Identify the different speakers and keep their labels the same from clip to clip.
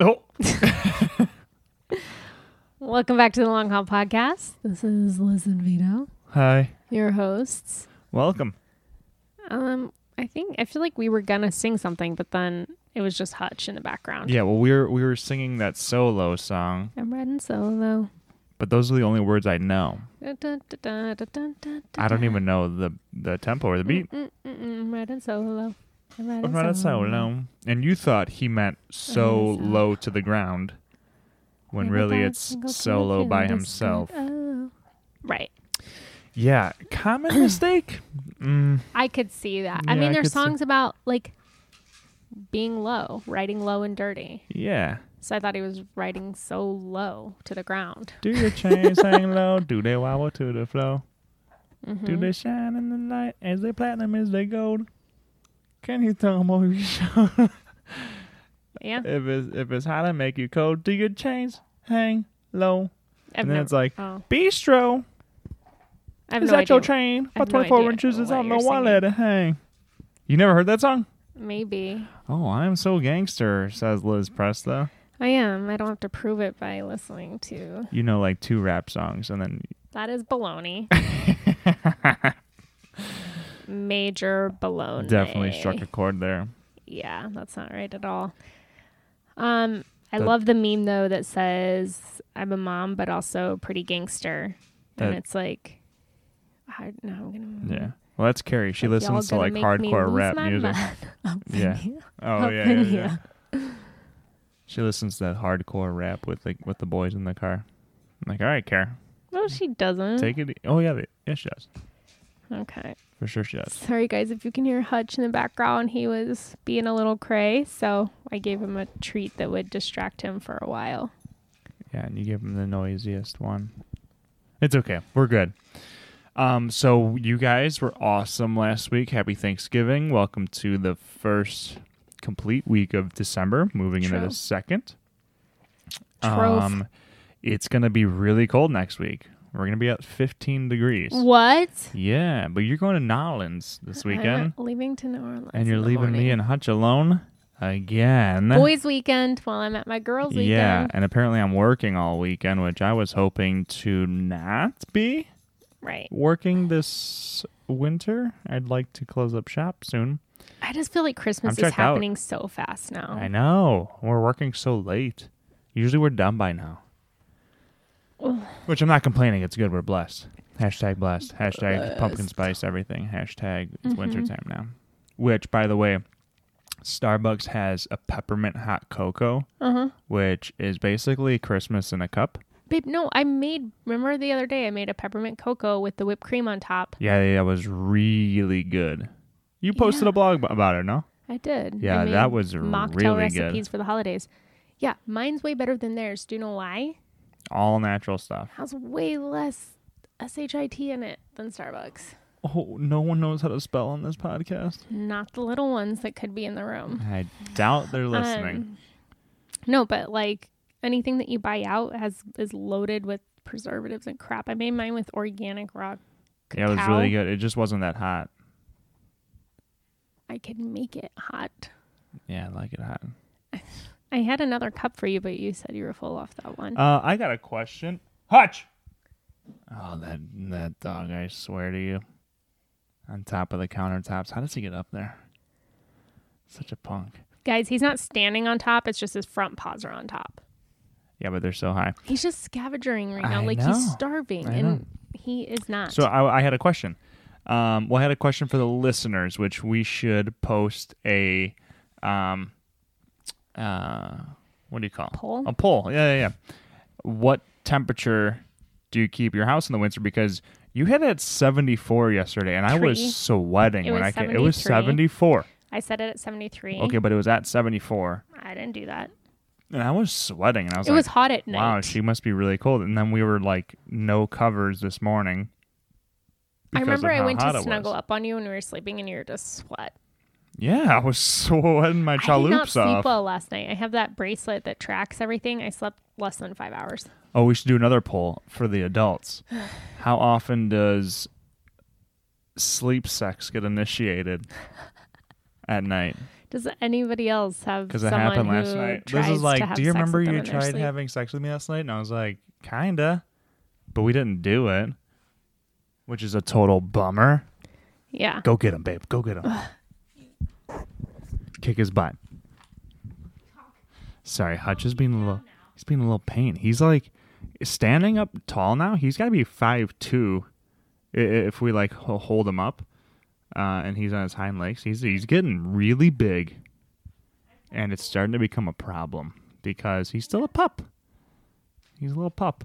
Speaker 1: Oh.
Speaker 2: Welcome back to the Long Haul Podcast. This is Liz and Vito,
Speaker 1: Hi.
Speaker 2: your hosts.
Speaker 1: Welcome.
Speaker 2: Um, I think I feel like we were gonna sing something, but then it was just Hutch in the background.
Speaker 1: Yeah, well we were we were singing that solo song,
Speaker 2: I'm riding solo.
Speaker 1: but those are the only words I know.
Speaker 2: Dun, dun, dun, dun, dun, dun,
Speaker 1: I don't
Speaker 2: dun.
Speaker 1: even know the the tempo or the beat.
Speaker 2: Mm, mm, mm, I'm riding solo. I'm riding,
Speaker 1: I'm not solo. Mm. And you thought he meant so
Speaker 2: solo.
Speaker 1: low to the ground when
Speaker 2: Never
Speaker 1: really
Speaker 2: thought
Speaker 1: it's
Speaker 2: single
Speaker 1: solo
Speaker 2: feeling
Speaker 1: by
Speaker 2: this good.
Speaker 1: himself.
Speaker 2: Oh. Right.
Speaker 1: Yeah, common mistake. Mm,
Speaker 2: I could see that. I
Speaker 1: Yeah,
Speaker 2: mean,
Speaker 1: I
Speaker 2: there's
Speaker 1: could see-
Speaker 2: songs about like being low, riding low and dirty.
Speaker 1: yeah.
Speaker 2: So I thought he was riding so low to the ground.
Speaker 1: Do your chains hang low? Do they wobble to the flow?
Speaker 2: Mm-hmm. Hmm.
Speaker 1: Do they shine in the light as they platinum as they gold? Can you throw 'em over your shoulder?
Speaker 2: Yeah.
Speaker 1: if it's if it's hot, I make you cold. Do your chains hang low?
Speaker 2: I've
Speaker 1: and then
Speaker 2: never,
Speaker 1: it's like
Speaker 2: oh,
Speaker 1: bistro.
Speaker 2: I have
Speaker 1: Is
Speaker 2: no
Speaker 1: that your
Speaker 2: idea.
Speaker 1: train? About
Speaker 2: no
Speaker 1: twenty four
Speaker 2: idea
Speaker 1: inches is
Speaker 2: what
Speaker 1: on the
Speaker 2: you're
Speaker 1: wall.
Speaker 2: singing.
Speaker 1: Let it hang. You never heard that song?
Speaker 2: Maybe
Speaker 1: Oh, I'm so gangster, says Liz Presta.
Speaker 2: I am. I don't have to prove it by listening to.
Speaker 1: You know, like two rap songs, and then
Speaker 2: That is baloney. Major baloney.
Speaker 1: definitely struck a chord there.
Speaker 2: Yeah, that's not right at all. Um, I
Speaker 1: That-
Speaker 2: love the meme though that says I'm a mom but also pretty gangster,
Speaker 1: That-
Speaker 2: and it's like, I, no, I'm gonna.
Speaker 1: Yeah. Well, that's Carrie. She
Speaker 2: Y'all
Speaker 1: listens to
Speaker 2: gonna
Speaker 1: like
Speaker 2: make me
Speaker 1: hardcore
Speaker 2: lose
Speaker 1: rap
Speaker 2: my
Speaker 1: music.
Speaker 2: mind. Up in
Speaker 1: Yeah.
Speaker 2: here.
Speaker 1: Oh
Speaker 2: Up
Speaker 1: yeah,
Speaker 2: in
Speaker 1: yeah,
Speaker 2: here.
Speaker 1: yeah. She listens to that hardcore rap with the with the boys in the car. I'm like, all right, Carrie,
Speaker 2: No, she doesn't.
Speaker 1: take it. e-" Oh yeah, they, yeah, she does.
Speaker 2: okay.
Speaker 1: For sure, she does.
Speaker 2: Sorry, guys, if you can hear Hutch in the background, he was being a little cray, so I gave him a treat that would distract him for a while.
Speaker 1: Yeah, and you give him the noisiest one. It's okay. We're good. Um, so you guys were awesome last week. Happy Thanksgiving. Welcome to the first complete week of December, moving into
Speaker 2: True.
Speaker 1: the second. Um,
Speaker 2: Trove.
Speaker 1: it's gonna be really cold next week. We're gonna be at 15 degrees.
Speaker 2: What?
Speaker 1: Yeah, but you're going to Nolans this weekend,
Speaker 2: I'm leaving to New Orleans.
Speaker 1: and you're
Speaker 2: in the
Speaker 1: leaving me
Speaker 2: morning.
Speaker 1: and Hutch alone again.
Speaker 2: boys' weekend while I'm at my girls' weekend.
Speaker 1: Yeah, and apparently I'm working all weekend, which I was hoping to not be
Speaker 2: Right.
Speaker 1: working this winter. I'd like to close up shop soon.
Speaker 2: I just feel like
Speaker 1: I'm
Speaker 2: Christmas is
Speaker 1: checked out.
Speaker 2: happening so fast now.
Speaker 1: I know. We're working so late. Usually we're done by now. Which I'm not complaining. It's good. We're blessed. Hashtag blessed. Hashtag pumpkin spice everything. Hashtag it's winter time now. Which, by the way, Starbucks has a peppermint hot cocoa,
Speaker 2: Uh-huh.
Speaker 1: which is basically Christmas in a cup.
Speaker 2: Babe, no, I made, remember the other day I made a peppermint cocoa with the whipped cream on top.
Speaker 1: Yeah, that was really good. You posted
Speaker 2: Yeah.
Speaker 1: a blog b- about it, no?
Speaker 2: I did. I
Speaker 1: Yeah, that
Speaker 2: made
Speaker 1: was
Speaker 2: mocktail
Speaker 1: really good.
Speaker 2: recipes for the holidays. Yeah, mine's way better than theirs. Do you know why?
Speaker 1: All natural stuff.
Speaker 2: Has way less shit in it than Starbucks.
Speaker 1: Oh, no one knows how to spell on this podcast.
Speaker 2: Not the little ones that could be in the room.
Speaker 1: I doubt they're listening.
Speaker 2: Um, no, but like anything that you buy out has is loaded with preservatives and crap. I made mine with organic raw.
Speaker 1: yeah, it was
Speaker 2: cacao.
Speaker 1: really good. It just wasn't that hot.
Speaker 2: I could make it hot.
Speaker 1: Yeah, I like it hot.
Speaker 2: I had another cup for you, but you said you were full off that one.
Speaker 1: Uh, I got a question. Hutch! Oh, that, that dog, I swear to you. On top of the countertops. How does he get up there? Such a punk.
Speaker 2: Guys, he's not standing on top. It's just his front paws are on top.
Speaker 1: Yeah, but they're so high.
Speaker 2: He's just scavenging right now,
Speaker 1: I
Speaker 2: like
Speaker 1: know.
Speaker 2: he's starving,
Speaker 1: I
Speaker 2: and
Speaker 1: know.
Speaker 2: he is not.
Speaker 1: So uh, I, I had a question. Um, well, I had a question for the listeners, which we should post a, um, uh, what do you call it?
Speaker 2: Poll?
Speaker 1: A poll. Yeah, yeah, yeah. What temperature do you keep your house in the winter? Because you had it at 74 yesterday, and I
Speaker 2: Three.
Speaker 1: was sweating
Speaker 2: It
Speaker 1: when
Speaker 2: was Eh?
Speaker 1: I came. It was
Speaker 2: 73.
Speaker 1: 74.
Speaker 2: I said it at seventy three.
Speaker 1: Okay, but it was at 74,
Speaker 2: I didn't do that.
Speaker 1: and I was sweating, and I was
Speaker 2: It
Speaker 1: like,
Speaker 2: was hot at night.
Speaker 1: "Wow, she must be really cold." And then we were like, no covers this morning.
Speaker 2: I
Speaker 1: because of
Speaker 2: remember I
Speaker 1: how
Speaker 2: went
Speaker 1: hot
Speaker 2: to
Speaker 1: it was.
Speaker 2: snuggle up on you when we were sleeping, and you were just sweat.
Speaker 1: Yeah, I was sweating my
Speaker 2: I did not
Speaker 1: chaloops
Speaker 2: sleep
Speaker 1: off.
Speaker 2: well last night. I have that bracelet that tracks everything. I slept less than five hours.
Speaker 1: Oh, we should do another poll for the adults. How often does sleep sex get initiated at night?
Speaker 2: Does anybody else have?
Speaker 1: Because it
Speaker 2: someone
Speaker 1: happened last
Speaker 2: who
Speaker 1: night. This
Speaker 2: tries
Speaker 1: is
Speaker 2: to
Speaker 1: like,
Speaker 2: have
Speaker 1: do you
Speaker 2: sex with
Speaker 1: remember
Speaker 2: them
Speaker 1: you
Speaker 2: in their
Speaker 1: tried
Speaker 2: sleep?
Speaker 1: having sex with me last night? And I was like, kinda, but we didn't do it, which is a total bummer.
Speaker 2: Yeah.
Speaker 1: Go get him, babe. Go get him. Kick his butt. Sorry, Hutch is being a little. He's being a little pain. He's like standing up tall now. He's got to be five two, if we like ho- hold him up, uh, and he's on his hind legs. He's he's getting really big, and it's starting to become a problem because he's still a pup. He's a little pup.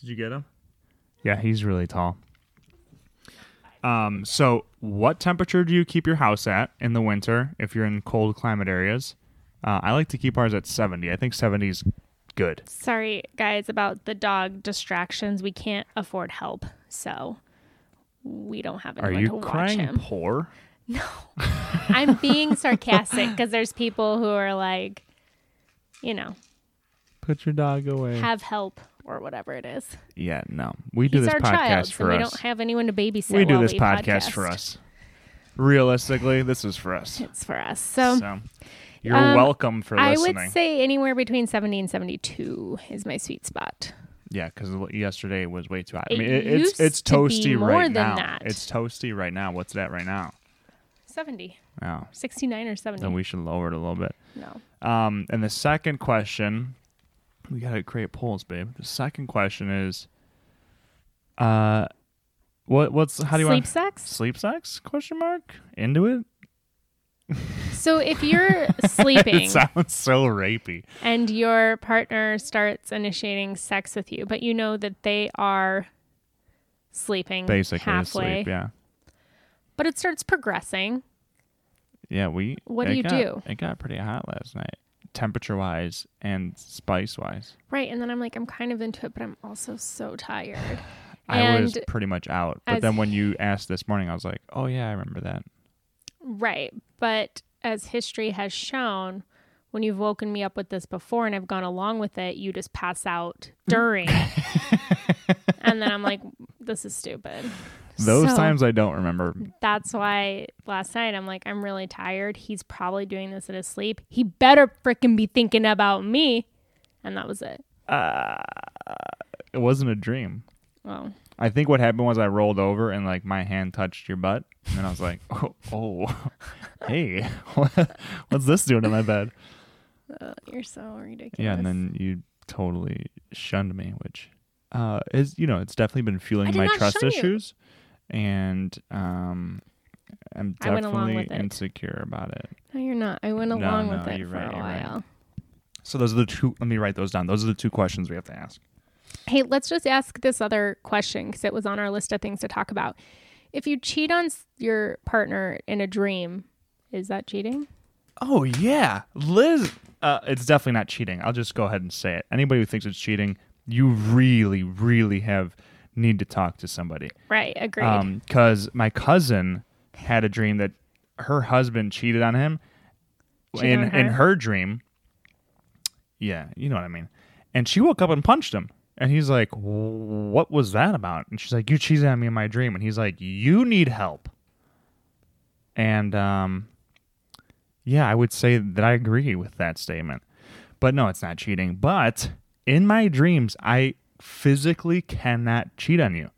Speaker 1: Did you get him? Yeah, he's really tall. Um, so what temperature do you keep your house at in the winter if you're in cold climate areas? Uh, I like to keep ours at 70. I think 70 is good.
Speaker 2: Sorry, guys, about the dog distractions. We can't afford help, so we don't have
Speaker 1: Are
Speaker 2: anyone to
Speaker 1: you
Speaker 2: watch
Speaker 1: crying
Speaker 2: him.
Speaker 1: poor?
Speaker 2: I'm being sarcastic because there's people who are like, you know,
Speaker 1: Put your dog away.
Speaker 2: have help or whatever it is.
Speaker 1: yeah, no. We do
Speaker 2: He's
Speaker 1: this
Speaker 2: our
Speaker 1: podcast
Speaker 2: child, so
Speaker 1: for
Speaker 2: we
Speaker 1: us.
Speaker 2: don't have anyone to babysit.
Speaker 1: we do
Speaker 2: while
Speaker 1: this
Speaker 2: we
Speaker 1: podcast, for us. Realistically, this is for us.
Speaker 2: It's for us. So,
Speaker 1: So you're
Speaker 2: um,
Speaker 1: welcome for
Speaker 2: I
Speaker 1: listening.
Speaker 2: would say anywhere between 70 and 72 is my sweet spot.
Speaker 1: Yeah, because yesterday was way too hot.
Speaker 2: It
Speaker 1: I mean, it, it's
Speaker 2: used
Speaker 1: it's
Speaker 2: to
Speaker 1: toasty
Speaker 2: be more
Speaker 1: right
Speaker 2: than
Speaker 1: now.
Speaker 2: that.
Speaker 1: It's toasty right now. What's that right now?
Speaker 2: 70,
Speaker 1: Oh,
Speaker 2: 69 or 70.
Speaker 1: then we should lower it a little bit.
Speaker 2: no.
Speaker 1: Um, and the second question, we gotta create polls, babe. The second question is, uh, what what's how do you
Speaker 2: Sleep
Speaker 1: want
Speaker 2: sex?
Speaker 1: sleep sex question mark into it?
Speaker 2: So if you're sleeping
Speaker 1: It sounds so rapey.
Speaker 2: and your partner starts initiating sex with you, but you know that they are sleeping
Speaker 1: Basically,
Speaker 2: Mm, halfway,
Speaker 1: sleep. Yeah,
Speaker 2: but it starts progressing.
Speaker 1: yeah. We
Speaker 2: What do
Speaker 1: it
Speaker 2: you
Speaker 1: got-
Speaker 2: do?
Speaker 1: It got pretty hot last night, temperature wise and spice wise.
Speaker 2: Right. And then I'm like, I'm kind of into it, but I'm also so tired.
Speaker 1: I was
Speaker 2: And
Speaker 1: pretty much out. But
Speaker 2: as-
Speaker 1: then when you asked this morning, I was like, oh, yeah, I remember that.
Speaker 2: Right. But as history has shown, when you've woken me up with this before and I've gone along with it, you just pass out
Speaker 1: Mm.
Speaker 2: during. and then I'm like, this is stupid.
Speaker 1: Those
Speaker 2: So-
Speaker 1: times I don't remember.
Speaker 2: That's why last night I'm like, I'm really tired. He's probably doing this in his sleep. He better frickin' be thinking about me. And that was it.
Speaker 1: It wasn't a dream.
Speaker 2: Well,
Speaker 1: I think what happened was I rolled over and like my hand touched your butt. And then I was like, oh, oh hey, what's this doing in my bed?
Speaker 2: you're so ridiculous.
Speaker 1: Yeah. And then you totally shunned me, which uh, is, you know, it's definitely been
Speaker 2: I
Speaker 1: fueling
Speaker 2: did
Speaker 1: my
Speaker 2: not
Speaker 1: trust
Speaker 2: shun you.
Speaker 1: issues. And um, I'm
Speaker 2: I went along
Speaker 1: definitely
Speaker 2: with it.
Speaker 1: insecure about it.
Speaker 2: no, you're not. I went
Speaker 1: No,
Speaker 2: along
Speaker 1: no,
Speaker 2: with it
Speaker 1: you're
Speaker 2: for
Speaker 1: right,
Speaker 2: a
Speaker 1: you're right.
Speaker 2: while.
Speaker 1: So those are the two. Let me write those down. Those are the two questions we have to ask.
Speaker 2: Hey, let's just ask this other question because it was on our list of things to talk about. If you cheat on s- your partner in a dream, is that cheating?
Speaker 1: Oh yeah, Liz. Uh, it's definitely not cheating. I'll just go ahead and say it. Anybody who thinks it's cheating, you really, really have need to talk to somebody.
Speaker 2: Right, agreed.
Speaker 1: Um, because my cousin had a dream that her husband cheated on him
Speaker 2: Cheated
Speaker 1: in
Speaker 2: on her?
Speaker 1: in her dream. Yeah, you know what I mean. And she woke up and punched him. And he's like, "What was that about?" And she's like, "You cheated on me in my dream." And he's like, "You need help." And um, yeah, I would say that I agree with that statement. But no, it's not cheating. But in my dreams, I physically cannot cheat on you.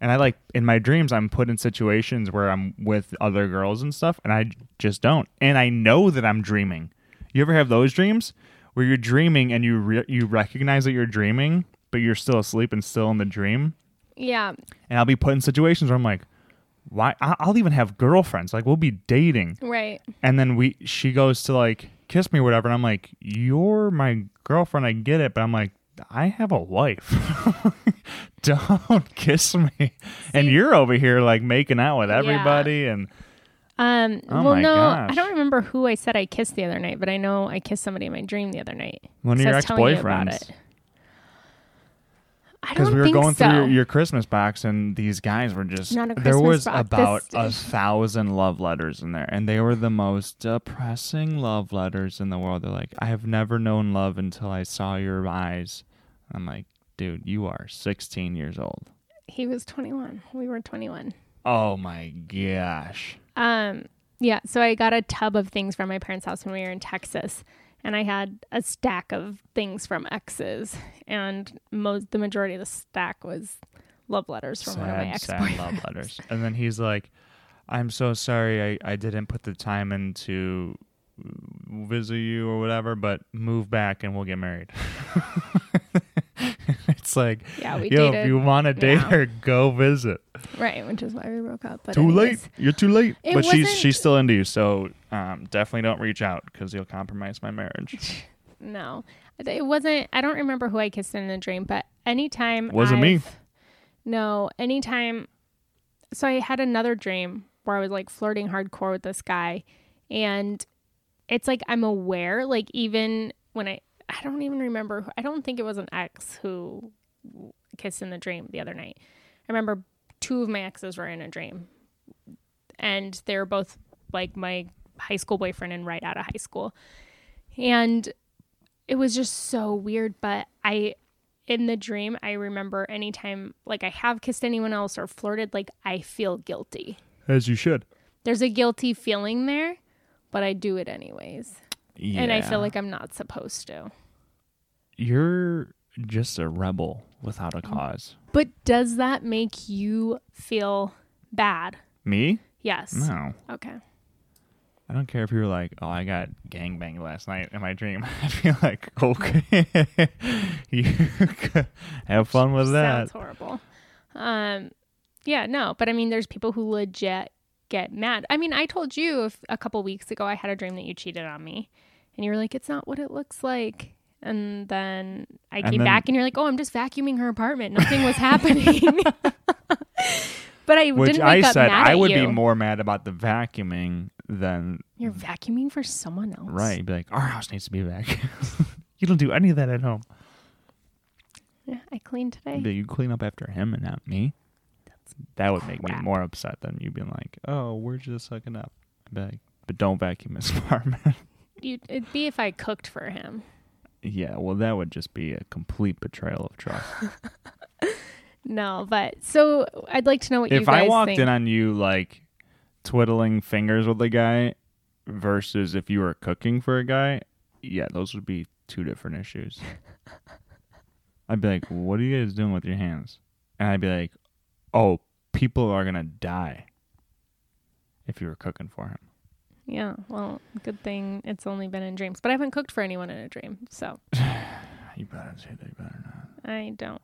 Speaker 1: And I like in my dreams, I'm put in situations where I'm with other girls and stuff, and I just don't. And I know that I'm dreaming. You ever have those dreams where you're dreaming and you re- you recognize that you're dreaming, but you're still asleep and still in the dream?
Speaker 2: yeah,
Speaker 1: And I'll be put in situations where I'm like, why? I- I'll even have girlfriends. Like we'll be dating,
Speaker 2: right.
Speaker 1: and then we she goes to like kiss me or whatever and i'm like you're my girlfriend i get it but i'm like i have a wife don't kiss me and you're over here like making out with everybody and
Speaker 2: Um,
Speaker 1: Oh
Speaker 2: well,
Speaker 1: my
Speaker 2: no, I
Speaker 1: gosh.
Speaker 2: don't remember who I said I kissed the other night, but I know I kissed somebody in my dream the other night.
Speaker 1: one of
Speaker 2: 'Cause
Speaker 1: your
Speaker 2: I was telling you about
Speaker 1: ex-boyfriends
Speaker 2: it. I
Speaker 1: because
Speaker 2: don't
Speaker 1: we were
Speaker 2: think
Speaker 1: going
Speaker 2: so.
Speaker 1: through your, your christmas box and these guys were just
Speaker 2: Not a
Speaker 1: there
Speaker 2: Christmas
Speaker 1: was
Speaker 2: box.
Speaker 1: about
Speaker 2: This-
Speaker 1: a thousand love letters in there and they were the most depressing love letters in the world they're like i have never known love until i saw your eyes i'm like dude you are 16 years old
Speaker 2: he was 21. We were 21.
Speaker 1: Oh my gosh.
Speaker 2: Um, Yeah, so I got a tub of things from my parents' house when we were in Texas, and I had a stack of things from exes, and most the majority of the stack was love letters from one of
Speaker 1: Sad,
Speaker 2: my ex
Speaker 1: sad love letters. And then he's like, I'm so sorry I, I didn't put the time in to visit you or whatever, but move back and we'll get married. it's like,
Speaker 2: Yeah, we
Speaker 1: yo, if
Speaker 2: dated-
Speaker 1: you want to date
Speaker 2: yeah.
Speaker 1: her, go visit.
Speaker 2: right? Which is why we broke up. But
Speaker 1: too
Speaker 2: anyways,
Speaker 1: late. You're too late.
Speaker 2: It
Speaker 1: but she's
Speaker 2: wasn't-
Speaker 1: she's still into you, so um, definitely don't reach out because you'll compromise my marriage.
Speaker 2: No, it wasn't. I don't remember who I kissed in the dream, but anytime
Speaker 1: Wasn't me.
Speaker 2: I've- No, anytime. So I had another dream where I was like flirting hardcore with this guy, and it's like I'm aware, like even when I, I don't even remember. Who, I don't think it was an ex who kissed in the dream the other night. I remember two of my exes were in a dream, and they were both like my high school boyfriend and right out of high school, and it was just so weird but i in the dream i remember anytime like i have kissed anyone else or flirted like i feel guilty
Speaker 1: As you should.
Speaker 2: there's a guilty feeling there but i do it anyways
Speaker 1: Yeah.
Speaker 2: and i feel like i'm not supposed to
Speaker 1: you're just a rebel without
Speaker 2: Mm.
Speaker 1: a cause.
Speaker 2: but does that make you feel bad
Speaker 1: Me?
Speaker 2: yes
Speaker 1: No.
Speaker 2: okay
Speaker 1: I don't care if you were like, oh, I got gangbanged last night in my dream. I feel like, okay, you could have fun with that.
Speaker 2: sounds horrible um yeah no but i mean there's people who legit get mad i mean i told you if, a couple weeks ago i had a dream that you cheated on me and you were like it's not what it looks like and then i
Speaker 1: And
Speaker 2: came
Speaker 1: then-
Speaker 2: back and you're like oh i'm just vacuuming her apartment nothing was happening but i
Speaker 1: Which
Speaker 2: didn't wake
Speaker 1: I
Speaker 2: up
Speaker 1: said
Speaker 2: mad
Speaker 1: I
Speaker 2: at
Speaker 1: would be
Speaker 2: you.
Speaker 1: more mad about the vacuuming than
Speaker 2: you're vacuuming for someone else
Speaker 1: right. Be like, our house needs to be vacuumed. you don't do any of that at home.
Speaker 2: yeah i cleaned today
Speaker 1: But you clean up after him and not me. That would make me
Speaker 2: crap.
Speaker 1: more upset than you being like, oh, we're just hooking up. I'd be like, but don't vacuum his apartment.
Speaker 2: you, it'd be if i cooked for him
Speaker 1: yeah, well, that would just be a complete betrayal of trust.
Speaker 2: no but so i'd like to know what you
Speaker 1: if
Speaker 2: guys
Speaker 1: I walked
Speaker 2: think.
Speaker 1: in on you like twiddling fingers with a guy versus if you were cooking for a guy, yeah, those would be two different issues. I'd be like, "What are you guys doing with your hands?" And I'd be like, "Oh, people are gonna die if you were cooking for him."
Speaker 2: Yeah, well, good thing it's only been in dreams, but I haven't cooked for anyone in a dream, so
Speaker 1: You better say that. You better not.
Speaker 2: I don't.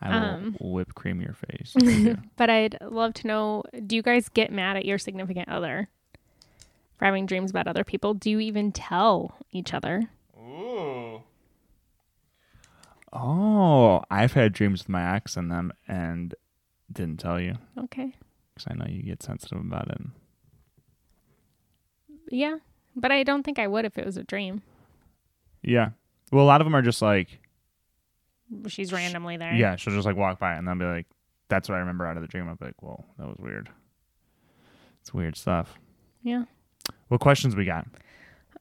Speaker 1: I will
Speaker 2: Um.
Speaker 1: whip cream your face. if you do.
Speaker 2: But I'd love to know do you guys get mad at your significant other for having dreams about other people? Do you even tell each other?
Speaker 1: oh, I've had dreams with my ex in them and didn't tell you.
Speaker 2: Okay.
Speaker 1: because I know you get sensitive about it.
Speaker 2: Yeah, but I don't think I would if it was a dream.
Speaker 1: Yeah. Well, a lot of them are just like,
Speaker 2: She's randomly there.
Speaker 1: yeah, she'll just like walk by and then be like, that's what I remember out of the dream. I'll be like, whoa, that was weird. It's weird stuff.
Speaker 2: Yeah.
Speaker 1: What questions we got?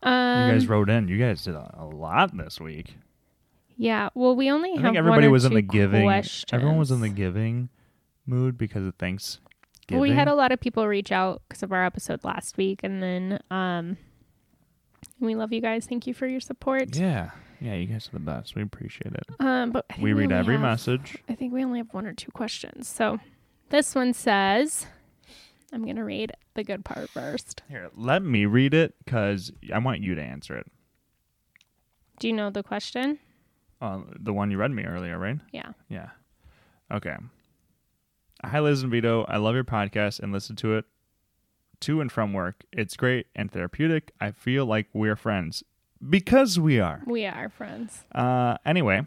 Speaker 2: Um,
Speaker 1: you guys wrote in. You guys did a, a lot this week.
Speaker 2: yeah. Well, we only
Speaker 1: I
Speaker 2: have
Speaker 1: think everybody
Speaker 2: one or
Speaker 1: was in
Speaker 2: two
Speaker 1: the giving.
Speaker 2: Questions.
Speaker 1: Everyone was in the giving mood because of Thanksgiving.
Speaker 2: Well, we had a lot of people reach out because of our episode last week, and then um, we love you guys. Thank you for your support.
Speaker 1: yeah, yeah. You guys are the best. We appreciate it.
Speaker 2: Um, but I think
Speaker 1: We read
Speaker 2: only
Speaker 1: every
Speaker 2: have-
Speaker 1: message.
Speaker 2: I think we only have one or two questions. So this one says, "I'm gonna read the good part first.
Speaker 1: Here, let me read it because I want you to answer it.
Speaker 2: Do you know the question?
Speaker 1: Uh, the one you read me earlier, right?
Speaker 2: Yeah.
Speaker 1: Yeah. Okay. Hi, Liz and Vito. I love your podcast and listen to it to and from work. It's great and therapeutic. I feel like we're friends because we are.
Speaker 2: We are friends.
Speaker 1: Uh, anyway,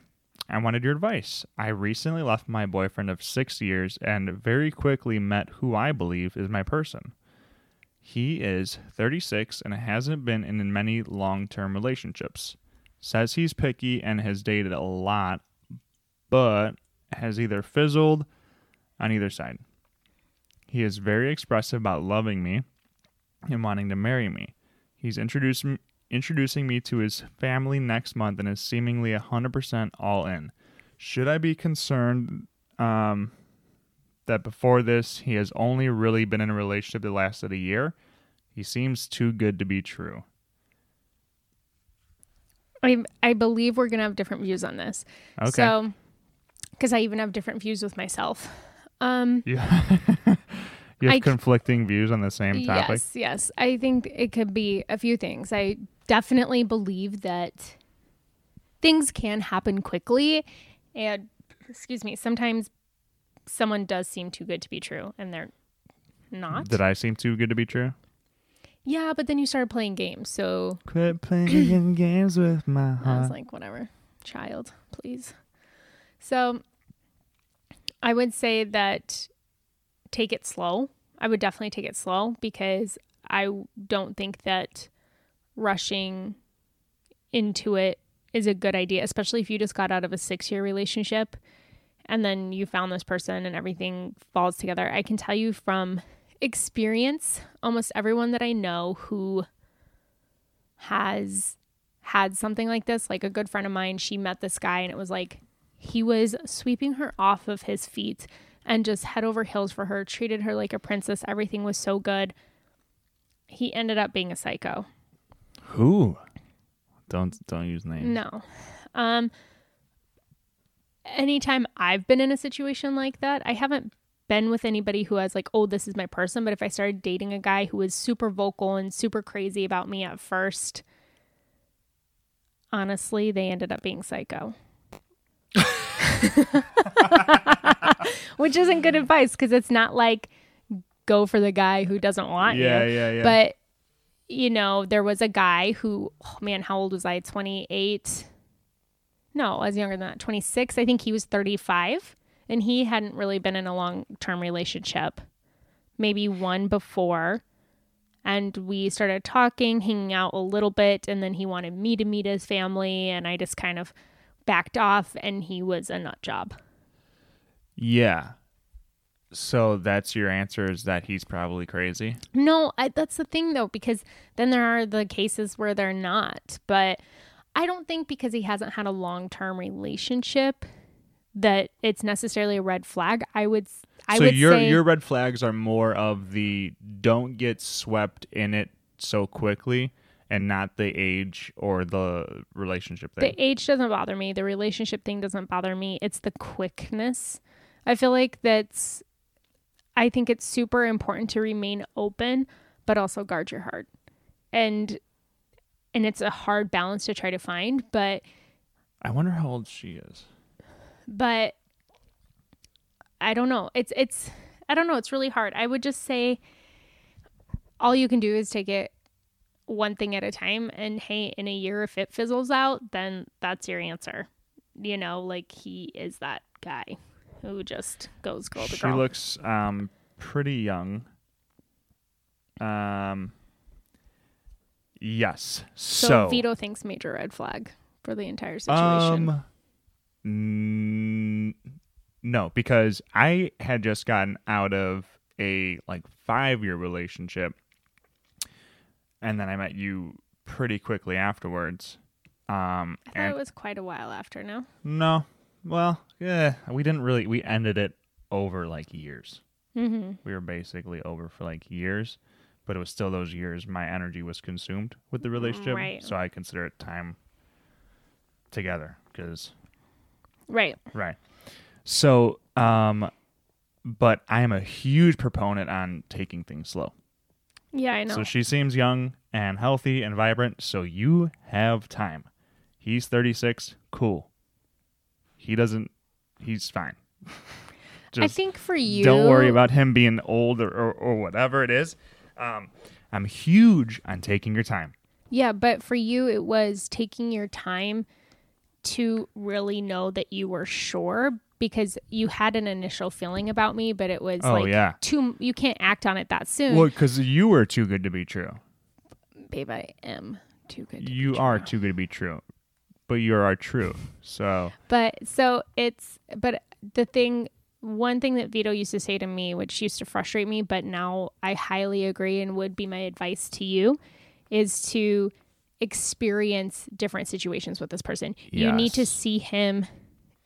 Speaker 1: I wanted your advice. I recently left my boyfriend of six years and very quickly met who I believe is my person. He is 36 and hasn't been in many long term relationships. Says he's picky and has dated a lot, but has either fizzled on either side. He is very expressive about loving me and wanting to marry me. He's introducing introducing me to his family next month and is seemingly 100% all in. Should I be concerned um, that before this he has only really been in a relationship that lasted a year? He seems too good to be true.
Speaker 2: I I believe we're gonna have different views on this.
Speaker 1: Okay.
Speaker 2: So, because I even have different views with myself. Um,
Speaker 1: you, you have
Speaker 2: I-
Speaker 1: conflicting views on the same topic.
Speaker 2: Yes, yes. I think it could be a few things. I definitely believe that things can happen quickly and excuse me, sometimes someone does seem too good to be true and they're not.
Speaker 1: Did I seem too good to be true?
Speaker 2: yeah, but then you started playing games, so
Speaker 1: Quit playing games with my
Speaker 2: I was like, whatever, child, please. So I would say that take it slow. I would definitely take it slow because I don't think that rushing into it is a good idea, especially if you just got out of a six year relationship and then you found this person and everything falls together. I can tell you from experience, almost everyone that I know who has had something like this. Like a good friend of mine, she met this guy and it was like he was sweeping her off of his feet and just head over heels for her, treated her like a princess. Everything was so good. He ended up being a psycho.
Speaker 1: Who? Don't don't use names.
Speaker 2: No. Um anytime I've been in a situation like that, I haven't been with anybody who has like, oh, this is my person, but if I started dating a guy who was super vocal and super crazy about me at first, honestly, they ended up being psycho. Which isn't good advice because it's not like go for the guy who doesn't want you.
Speaker 1: Yeah, yeah, yeah.
Speaker 2: But you know, there was a guy who, oh man, how old was I? 28. No, I was younger than that. 26. I think he was 35 and he hadn't really been in a long-term relationship. Maybe one before. And we started talking, hanging out a little bit, and then he wanted me to meet his family and I just kind of backed off and he was a nut job.
Speaker 1: yeah. So that's your answer is that he's probably crazy.
Speaker 2: No, I, that's the thing though, because then there are the cases where they're not. But I don't think because he hasn't had a long term relationship that it's necessarily a red flag. I would, s- I
Speaker 1: so
Speaker 2: would
Speaker 1: your
Speaker 2: say,
Speaker 1: your red flags are more of the don't get swept in it so quickly and not the age or the relationship thing.
Speaker 2: the age doesn't bother me. The relationship thing doesn't bother me. It's the quickness. I feel like that's. I think it's super important to remain open, but also guard your heart, and and it's a hard balance to try to find, but.
Speaker 1: I wonder how old she is.
Speaker 2: but I don't know. It's it's I don't know. It's really hard. I would just say all you can do is take it one thing at a time. And hey, in a year, if it fizzles out, then that's your answer. You know, like he is that guy who just goes girl to
Speaker 1: she
Speaker 2: girl.
Speaker 1: looks um pretty young. Um yes.
Speaker 2: so,
Speaker 1: So,
Speaker 2: Vito thinks major red flag for the entire situation.
Speaker 1: um n- no, because I had just gotten out of a like 5-year relationship and then I met you pretty quickly afterwards. Um
Speaker 2: I thought
Speaker 1: and
Speaker 2: it was quite a while after now.
Speaker 1: no. Well, yeah, we didn't really we ended it over like years.
Speaker 2: Mm-hmm.
Speaker 1: we were basically over for like years but it was still those years my energy was consumed with the relationship
Speaker 2: Right.
Speaker 1: so i consider it time together because
Speaker 2: Right.
Speaker 1: right so um but i am a huge proponent on taking things slow
Speaker 2: Yeah, I know.
Speaker 1: so she seems young and healthy and vibrant so you have time he's 36 cool he doesn't he's fine
Speaker 2: I think for you,
Speaker 1: don't worry about him being old or, or, or whatever it is. Um, I'm huge on taking your time.
Speaker 2: Yeah, but for you, it was taking your time to really know that you were sure because you had an initial feeling about me, but it was
Speaker 1: Oh,
Speaker 2: like
Speaker 1: yeah.
Speaker 2: too. You can't act on it that soon,
Speaker 1: Well, because you were too good to be true.
Speaker 2: babe. I am too good. to be
Speaker 1: You
Speaker 2: true.
Speaker 1: are too good to be true, but you are true. So
Speaker 2: But so it's but the thing one thing that Vito used to say to me, which used to frustrate me, but now I highly agree and would be my advice to you, is to experience different situations with this person. You need to
Speaker 1: Yes.
Speaker 2: see him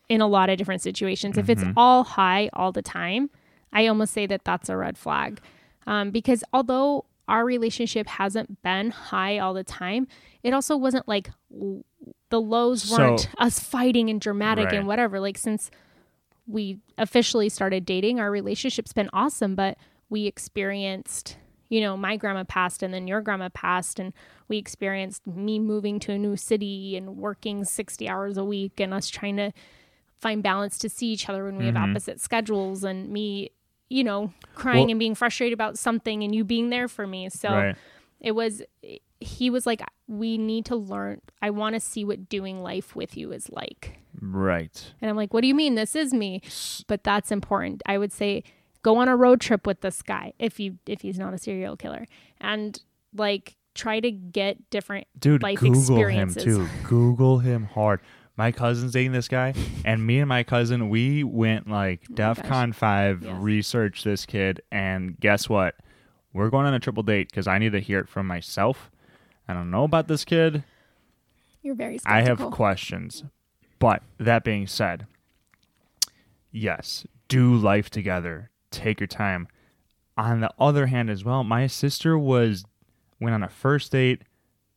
Speaker 2: in a lot of different situations. If it's
Speaker 1: Mm-hmm.
Speaker 2: all high all the time, I almost say that that's a red flag. Um, because although our relationship hasn't been high all the time, it also wasn't like l- the lows
Speaker 1: So-
Speaker 2: weren't us fighting and dramatic
Speaker 1: Right.
Speaker 2: and whatever. Like since we officially started dating, our relationship's been awesome, but we experienced, you know, my grandma passed and then your grandma passed and we experienced me moving to a new city and working 60 hours a week and us trying to find balance to see each other when we
Speaker 1: Mm-hmm.
Speaker 2: have opposite schedules and me, you know, crying
Speaker 1: Well-
Speaker 2: and being frustrated about something and you being there for me. So
Speaker 1: Right.
Speaker 2: it was he was like we need to learn i want to see what doing life with you is like
Speaker 1: Right.
Speaker 2: and i'm like what do you mean this is me but that's important i would say go on a road trip with this guy if you if he's not a serial killer and like try to get different
Speaker 1: Dude,
Speaker 2: life
Speaker 1: Google him
Speaker 2: experiences
Speaker 1: too. Google him hard. My cousin's dating this guy, and me and my cousin, we went like
Speaker 2: Oh
Speaker 1: DEF CON 5
Speaker 2: Yes.
Speaker 1: research this kid, and guess what? We're going on a triple date because I need to hear it from myself. I don't know about this kid.
Speaker 2: you're very
Speaker 1: I have
Speaker 2: skeptical.
Speaker 1: questions. But that being said, yes, do life together. Take your time. On the other hand, as well, my sister was went on a first date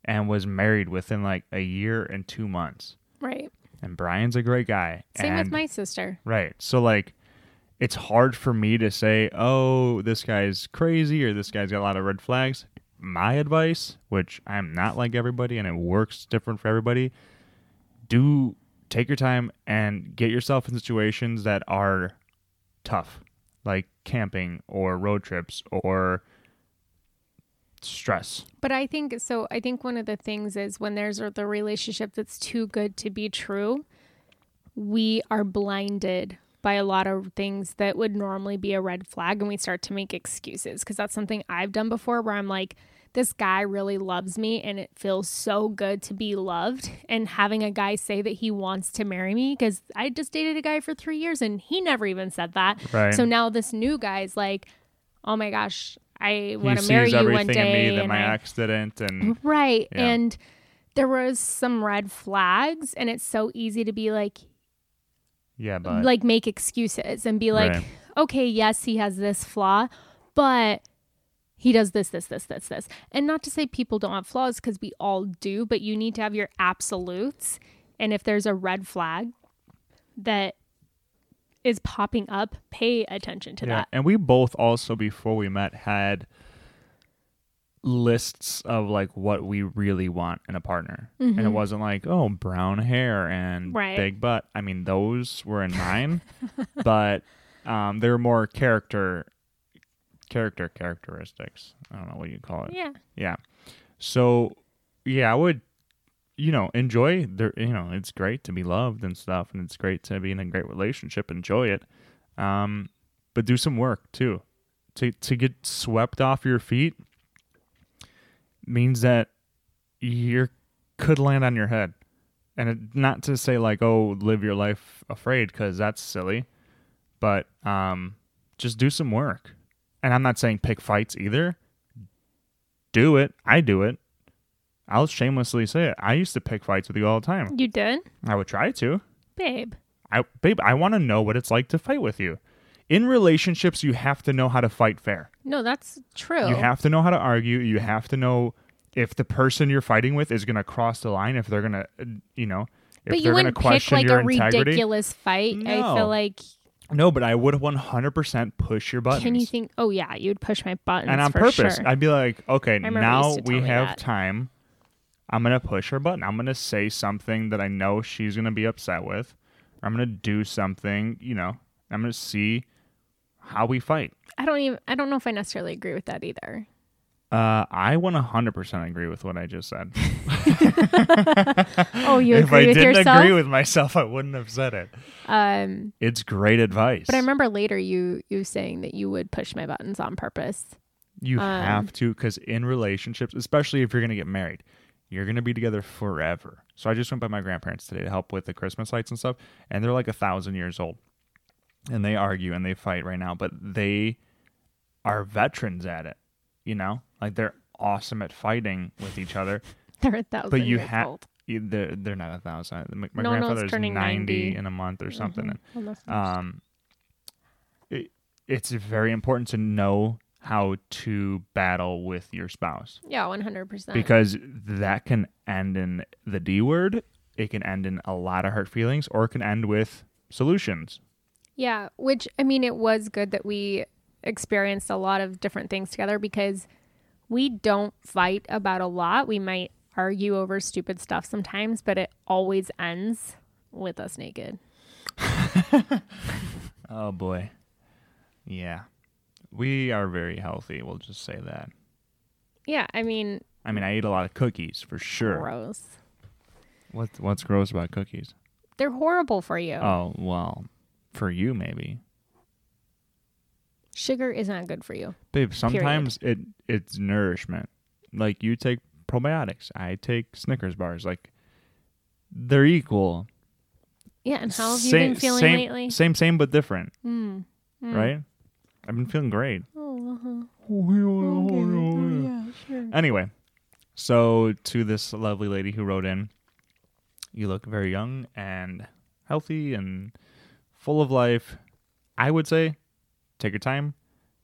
Speaker 1: and was married within like a year and two months.
Speaker 2: right
Speaker 1: And Brian's a great guy.
Speaker 2: same
Speaker 1: and,
Speaker 2: with my sister
Speaker 1: right. So like, it's hard for me to say, oh, this guy's crazy or this guy's got a lot of red flags. My advice, which I'm not like everybody, and it works different for everybody, do take your time and get yourself in situations that are tough, like camping or road trips or stress.
Speaker 2: But I think so. I think one of the things is when there's a- the relationship that's too good to be true, we are blinded by a lot of things that would normally be a red flag, and we start to make excuses because that's something I've done before where I'm like, this guy really loves me, and it feels so good to be loved. And having a guy say that he wants to marry me because I just dated a guy for three years and he never even said that.
Speaker 1: Right.
Speaker 2: So now this new guy's like, oh my gosh. I
Speaker 1: He
Speaker 2: want to
Speaker 1: sees
Speaker 2: marry you one
Speaker 1: everything
Speaker 2: day.
Speaker 1: in me that
Speaker 2: and
Speaker 1: my
Speaker 2: I-
Speaker 1: ex didn't, and
Speaker 2: Right.
Speaker 1: Yeah.
Speaker 2: And there was some red flags and it's so easy to be like
Speaker 1: yeah, but
Speaker 2: like make excuses and be like,
Speaker 1: Right.
Speaker 2: okay, yes, he has this flaw, but he does this, this, this, this, this. And not to say people don't have flaws because we all do, but you need to have your absolutes. And if there's a red flag that is popping up, pay attention to that.
Speaker 1: And we both also before we met had lists of like what we really want in a partner. And it wasn't like, oh, brown hair and
Speaker 2: Mm-hmm. Right.
Speaker 1: big butt. I mean, those were in mine, but um they were more character character characteristics. I don't know what you call it.
Speaker 2: Yeah.
Speaker 1: Yeah. So, yeah, I would, you know, enjoy the, you know, it's great to be loved and stuff, and it's great to be in a great relationship. Enjoy it. Um, but do some work too. To, to get swept off your feet means that you could land on your head. And it, not to say like, oh, live your life afraid, because that's silly. But um, just do some work. And I'm not saying pick fights either do it. I do it. I'll shamelessly say it. I used to pick fights with you all the time.
Speaker 2: You did?
Speaker 1: I would try to.
Speaker 2: Babe.
Speaker 1: I babe, I want to know what it's like to fight with you. In relationships, you have to know how to fight fair.
Speaker 2: No, that's true.
Speaker 1: You have to know how to argue. You have to know if the person you're fighting with is going to cross the line, if they're going to, you know, if
Speaker 2: but
Speaker 1: they're
Speaker 2: you
Speaker 1: going to
Speaker 2: wouldn't pick
Speaker 1: question
Speaker 2: like
Speaker 1: your
Speaker 2: a
Speaker 1: integrity.
Speaker 2: ridiculous fight. I
Speaker 1: No.
Speaker 2: feel like
Speaker 1: no, but I would 100% push your buttons.
Speaker 2: Can you think? Oh yeah, you would push my buttons
Speaker 1: and on
Speaker 2: for
Speaker 1: purpose.
Speaker 2: Sure.
Speaker 1: I'd be like, okay,
Speaker 2: remember you used
Speaker 1: now
Speaker 2: to tell
Speaker 1: we
Speaker 2: me
Speaker 1: have
Speaker 2: that.
Speaker 1: time. I'm gonna push her button. I'm gonna say something that I know she's gonna be upset with. Or I'm gonna do something, you know. I'm gonna see how we fight.
Speaker 2: I don't even. I don't know if I necessarily agree with that either.
Speaker 1: Uh, I 100% agree with what I just said.
Speaker 2: Oh, you
Speaker 1: if I
Speaker 2: agree with
Speaker 1: didn't
Speaker 2: yourself.
Speaker 1: agree with myself, I wouldn't have said it.
Speaker 2: um,
Speaker 1: It's great advice.
Speaker 2: but I remember later you you saying that you would push my buttons on purpose.
Speaker 1: You
Speaker 2: Um,
Speaker 1: have to, because in relationships, especially if you're going to get married, you're going to be together forever. So I just went by my grandparents today to help with the Christmas lights and stuff, and they're like a thousand years old, and they argue and they fight right now, but they are veterans at it. You know, like they're awesome at fighting with each other.
Speaker 2: They're a thousand.
Speaker 1: But you
Speaker 2: years
Speaker 1: have
Speaker 2: old.
Speaker 1: they're they're not a thousand. My, my
Speaker 2: No, no, it's
Speaker 1: grandfather's
Speaker 2: turning Mm-hmm. 90.
Speaker 1: in Uh, a month or something, and
Speaker 2: Almost.
Speaker 1: um, it, it's very important to know how to battle with your spouse
Speaker 2: Yeah, 100%.
Speaker 1: because that can end in the D word. It can end in a lot of hurt feelings, or it can end with solutions.
Speaker 2: Yeah, which I mean, it was good that we experienced a lot of different things together because we don't fight about a lot. We might argue over stupid stuff sometimes, but it always ends with us naked.
Speaker 1: Oh boy. Yeah. We are very healthy. We'll just say that.
Speaker 2: Yeah, I mean,
Speaker 1: I mean, I eat a lot of cookies for sure.
Speaker 2: gross.
Speaker 1: What's what's gross about cookies?
Speaker 2: They're horrible for you.
Speaker 1: Oh well, for you maybe,
Speaker 2: Sugar is not good for you.
Speaker 1: babe. Sometimes it it's nourishment. Like you take probiotics, I take Snickers bars. Like they're equal.
Speaker 2: Yeah, and how have you
Speaker 1: Same-
Speaker 2: been feeling
Speaker 1: same,
Speaker 2: lately? Hmm. Mm.
Speaker 1: Same, same but different. Right? I've been feeling great.
Speaker 2: Oh, uh-huh.
Speaker 1: Oh,
Speaker 2: oh,
Speaker 1: Anyway, so to this lovely lady who wrote in, you look very young and healthy and full of life. I would say take your time.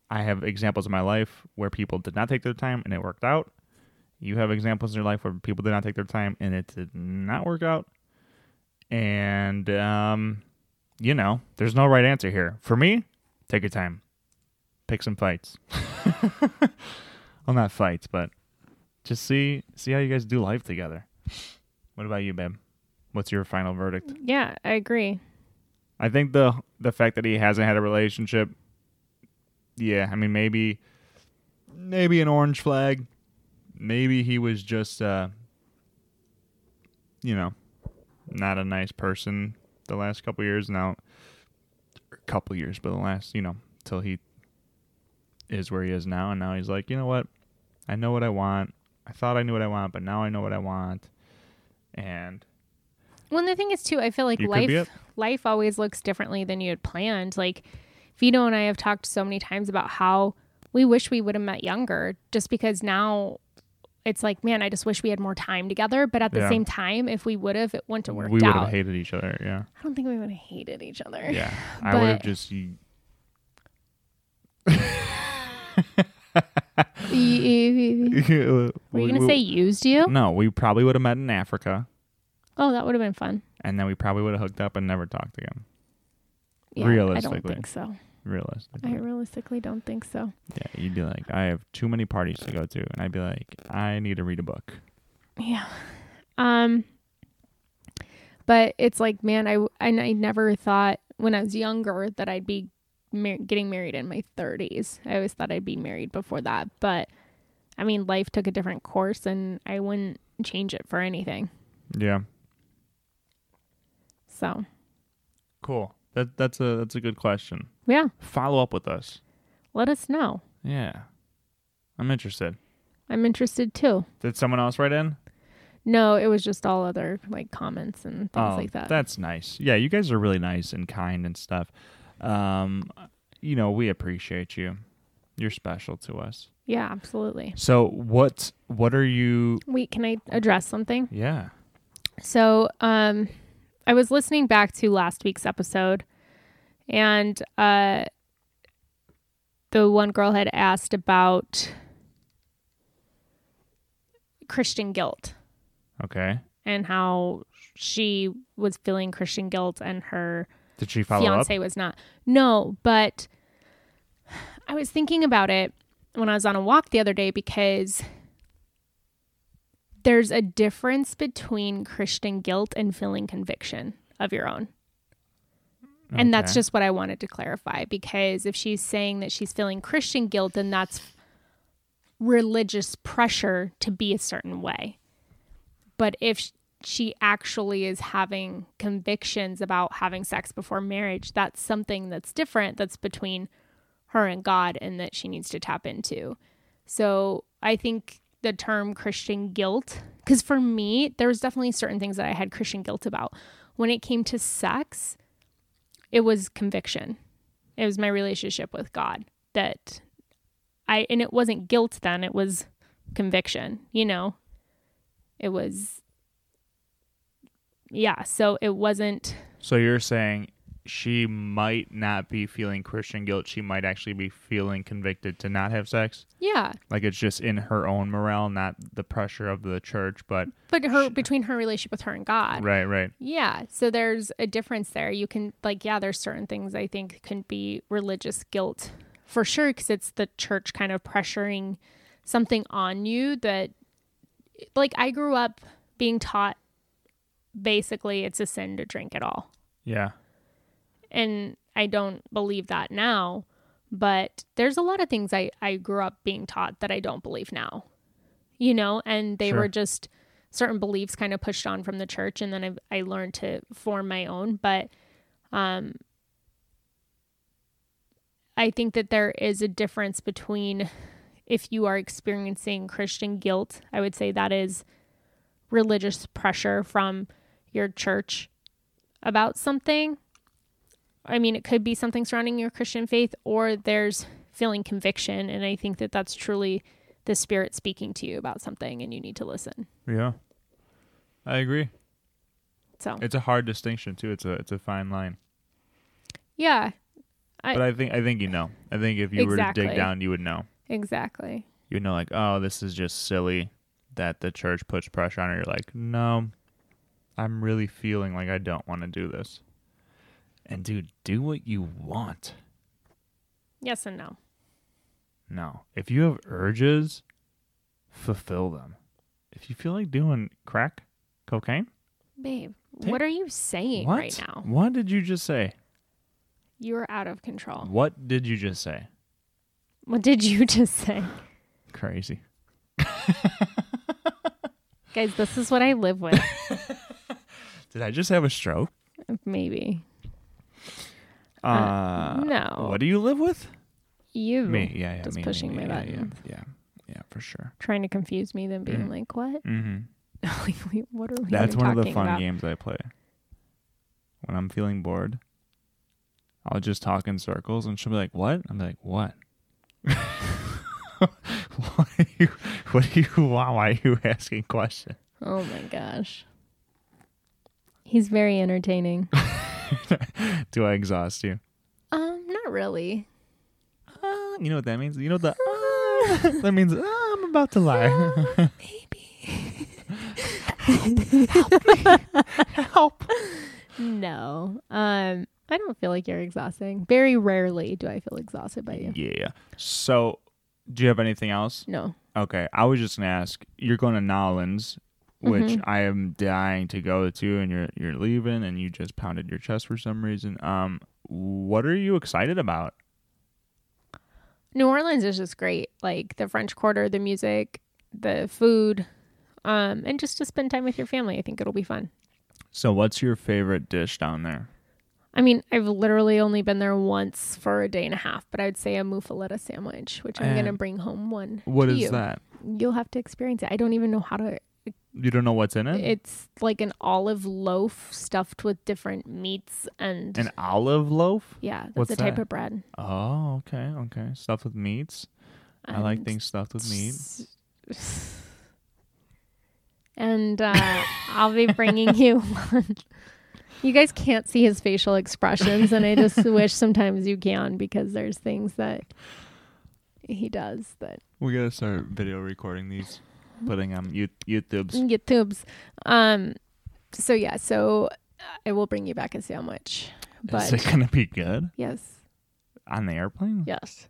Speaker 1: I have examples in my life where people did not take their time and it worked out. You have examples in your life where people did not take their time and it did not work out. And, um, you know, there's no right answer here. For me, take your time, pick some fights. Well, not fights, but just see see how you guys do life together. What about you, babe? What's your final verdict?
Speaker 2: Yeah, I agree.
Speaker 1: I think the the fact that he hasn't had a relationship. Yeah, I mean maybe maybe an orange flag. Maybe he was just uh you know, not a nice person the last couple years now or couple years, but the last, you know, till he is where he is now and now he's like, "You know what? I know what I want. I thought I knew what I want, but now I know what I want." And
Speaker 2: Well, and the thing is too, I feel like
Speaker 1: You could be
Speaker 2: life
Speaker 1: it.
Speaker 2: life always looks differently than you had planned. Like Vito and I have talked so many times about how we wish we would have met younger, just because now it's like, man, I just wish we had more time together. But at the
Speaker 1: Yeah.
Speaker 2: same time, if we would have, it wouldn't have worked
Speaker 1: we would have
Speaker 2: out.
Speaker 1: hated each other, yeah.
Speaker 2: I don't think we would have hated each other.
Speaker 1: Yeah, I would have
Speaker 2: But-
Speaker 1: just. You,
Speaker 2: Were
Speaker 1: Were
Speaker 2: you gonna say used you?
Speaker 1: No, we probably would have met in Africa,
Speaker 2: Oh, that would have been fun.
Speaker 1: and then we probably would have hooked up and never talked again.
Speaker 2: Yeah, I
Speaker 1: Realistically.
Speaker 2: don't think so. I
Speaker 1: Realistically,
Speaker 2: realistically don't think so.
Speaker 1: yeah, you'd be like, I have too many parties to go to, and I'd be like, I need to read a book.
Speaker 2: Yeah. Um but it's like man I w- and I never thought when I was younger that I'd be mar- getting married in my 30s. I always thought I'd be married before that, but I mean life took a different course and I wouldn't change it for anything.
Speaker 1: Yeah,
Speaker 2: So,
Speaker 1: cool. That that's a that's a good question.
Speaker 2: yeah,
Speaker 1: Follow up with us.
Speaker 2: let us know.
Speaker 1: Yeah, I'm interested.
Speaker 2: I'm interested too.
Speaker 1: Did someone else write in?
Speaker 2: No, it was just all other like comments and
Speaker 1: Oh,
Speaker 2: things like that.
Speaker 1: That's nice. Yeah, you guys are really nice and kind and stuff. Um, you know, we appreciate you. You're special to us.
Speaker 2: yeah, absolutely.
Speaker 1: So what what are you
Speaker 2: Wait, can I address something?
Speaker 1: Yeah.
Speaker 2: So, um, I was listening back to last week's episode, and uh, the one girl had asked about Christian guilt
Speaker 1: Okay.
Speaker 2: and how she was feeling Christian guilt and her
Speaker 1: Did she follow
Speaker 2: fiance was not. No, but I was thinking about it when I was on a walk the other day because there's a difference between Christian guilt and feeling conviction of your own.
Speaker 1: up?
Speaker 2: And that's
Speaker 1: Okay.
Speaker 2: just what I wanted to clarify because if she's saying that she's feeling Christian guilt, then that's religious pressure to be a certain way. But if sh- she actually is having convictions about having sex before marriage, that's something that's different that's between her and God and that she needs to tap into. So I think the term Christian guilt, because for me, there was definitely certain things that I had Christian guilt about. When it came to sex, it was conviction. It was my relationship with God that I, and it wasn't guilt then, it was conviction, you know? It was, yeah. So it wasn't,
Speaker 1: So you're saying she might not be feeling Christian guilt. She might actually be feeling convicted to not have sex.
Speaker 2: Yeah,
Speaker 1: Like it's just in her own morale, not the pressure of the church. But
Speaker 2: but her between her relationship with her and God.
Speaker 1: right, right.
Speaker 2: Yeah, so there's a difference there. You can like yeah, there's certain things I think can be religious guilt for sure because it's the church kind of pressuring something on you that like I grew up being taught basically it's a sin to drink at all.
Speaker 1: Yeah.
Speaker 2: and I don't believe that now, but there's a lot of things I, I grew up being taught that I don't believe now, you know, and they
Speaker 1: Sure.
Speaker 2: were just certain beliefs kind of pushed on from the church. And then I, I learned to form my own, but, um, I think that there is a difference between if you are experiencing Christian guilt, I would say that is religious pressure from your church about something. I mean, it could be something surrounding your Christian faith, or there's feeling conviction. And I think that that's truly the spirit speaking to you about something and you need to listen.
Speaker 1: Yeah. I agree.
Speaker 2: So,
Speaker 1: It's a hard distinction too. It's a it's a fine line.
Speaker 2: yeah, I-
Speaker 1: But I think I think you know. I think if you were to
Speaker 2: Exactly.
Speaker 1: dig down, you would know.
Speaker 2: exactly.
Speaker 1: You know, like oh, this is just silly that the church puts pressure on her. You're like, no, I'm really feeling like I don't want to do this. And dude, do what you want.
Speaker 2: Yes and no.
Speaker 1: No. If you have urges, fulfill them. If you feel like doing crack, cocaine,
Speaker 2: Babe,
Speaker 1: Take-
Speaker 2: what are you saying
Speaker 1: what?
Speaker 2: right now?
Speaker 1: What did you just say?
Speaker 2: You're out of control.
Speaker 1: What did you just say?
Speaker 2: What did you just say?
Speaker 1: Crazy.
Speaker 2: Guys, this is what I live with.
Speaker 1: Did I just have a stroke?
Speaker 2: Maybe.
Speaker 1: Uh,
Speaker 2: no.
Speaker 1: What do you live with?
Speaker 2: You.
Speaker 1: Me. Yeah, yeah.
Speaker 2: Just
Speaker 1: me, me,
Speaker 2: pushing
Speaker 1: me,
Speaker 2: my
Speaker 1: yeah,
Speaker 2: buttons.
Speaker 1: Yeah, yeah, yeah, for sure.
Speaker 2: Trying to confuse me, then being like, what?
Speaker 1: Mm-hmm.
Speaker 2: what are we
Speaker 1: That's
Speaker 2: even
Speaker 1: one of the
Speaker 2: talking
Speaker 1: fun
Speaker 2: about?
Speaker 1: games I play. When I'm feeling bored, I'll just talk in circles, and she'll be like, "What?" I'm like, "What?" what are you? What are you? Why why are you asking questions?
Speaker 2: Oh my gosh. He's very entertaining.
Speaker 1: Do I exhaust you?
Speaker 2: um, not really.
Speaker 1: Uh, you know what that means? You know the uh, that means uh, I'm about to lie.
Speaker 2: Help. No. Um, I don't feel like you're exhausting. Very rarely do I feel exhausted by you.
Speaker 1: yeah. So, do you have anything else?
Speaker 2: No.
Speaker 1: Okay, I was just gonna ask. You're going to Nolans, which
Speaker 2: Mm-hmm.
Speaker 1: I am dying to go to, and you're you're leaving, and you just pounded your chest for some reason. Um, what are you excited about?
Speaker 2: New Orleans is just great. Like the French Quarter, the music, the food, um, and just to spend time with your family. I think it'll be fun.
Speaker 1: So, what's your favorite dish down there?
Speaker 2: I mean, I've literally only been there once for a day and a half, but I'd say a muffaletta sandwich, which I'm gonna
Speaker 1: And
Speaker 2: bring home one.
Speaker 1: What
Speaker 2: to
Speaker 1: is
Speaker 2: you.
Speaker 1: that?
Speaker 2: You'll have to experience it. I don't even know how to
Speaker 1: You don't know what's in it?
Speaker 2: It's like an olive loaf stuffed with different meats and,
Speaker 1: An olive loaf?
Speaker 2: yeah, that's
Speaker 1: what's
Speaker 2: the type
Speaker 1: that?
Speaker 2: of bread.
Speaker 1: Oh, okay, okay. Stuffed with meats. I like
Speaker 2: And
Speaker 1: things stuffed with meat.
Speaker 2: s- And uh, I'll be bringing you one. You guys can't see his facial expressions, and I just wish sometimes you can because there's things that he does that
Speaker 1: We gotta start video recording these, putting on you-
Speaker 2: Mm,
Speaker 1: YouTube's.
Speaker 2: YouTube's. Um, so yeah, so uh, I will bring you back a sandwich,
Speaker 1: Is it
Speaker 2: but
Speaker 1: gonna be good
Speaker 2: yes,
Speaker 1: on the airplane?
Speaker 2: yes.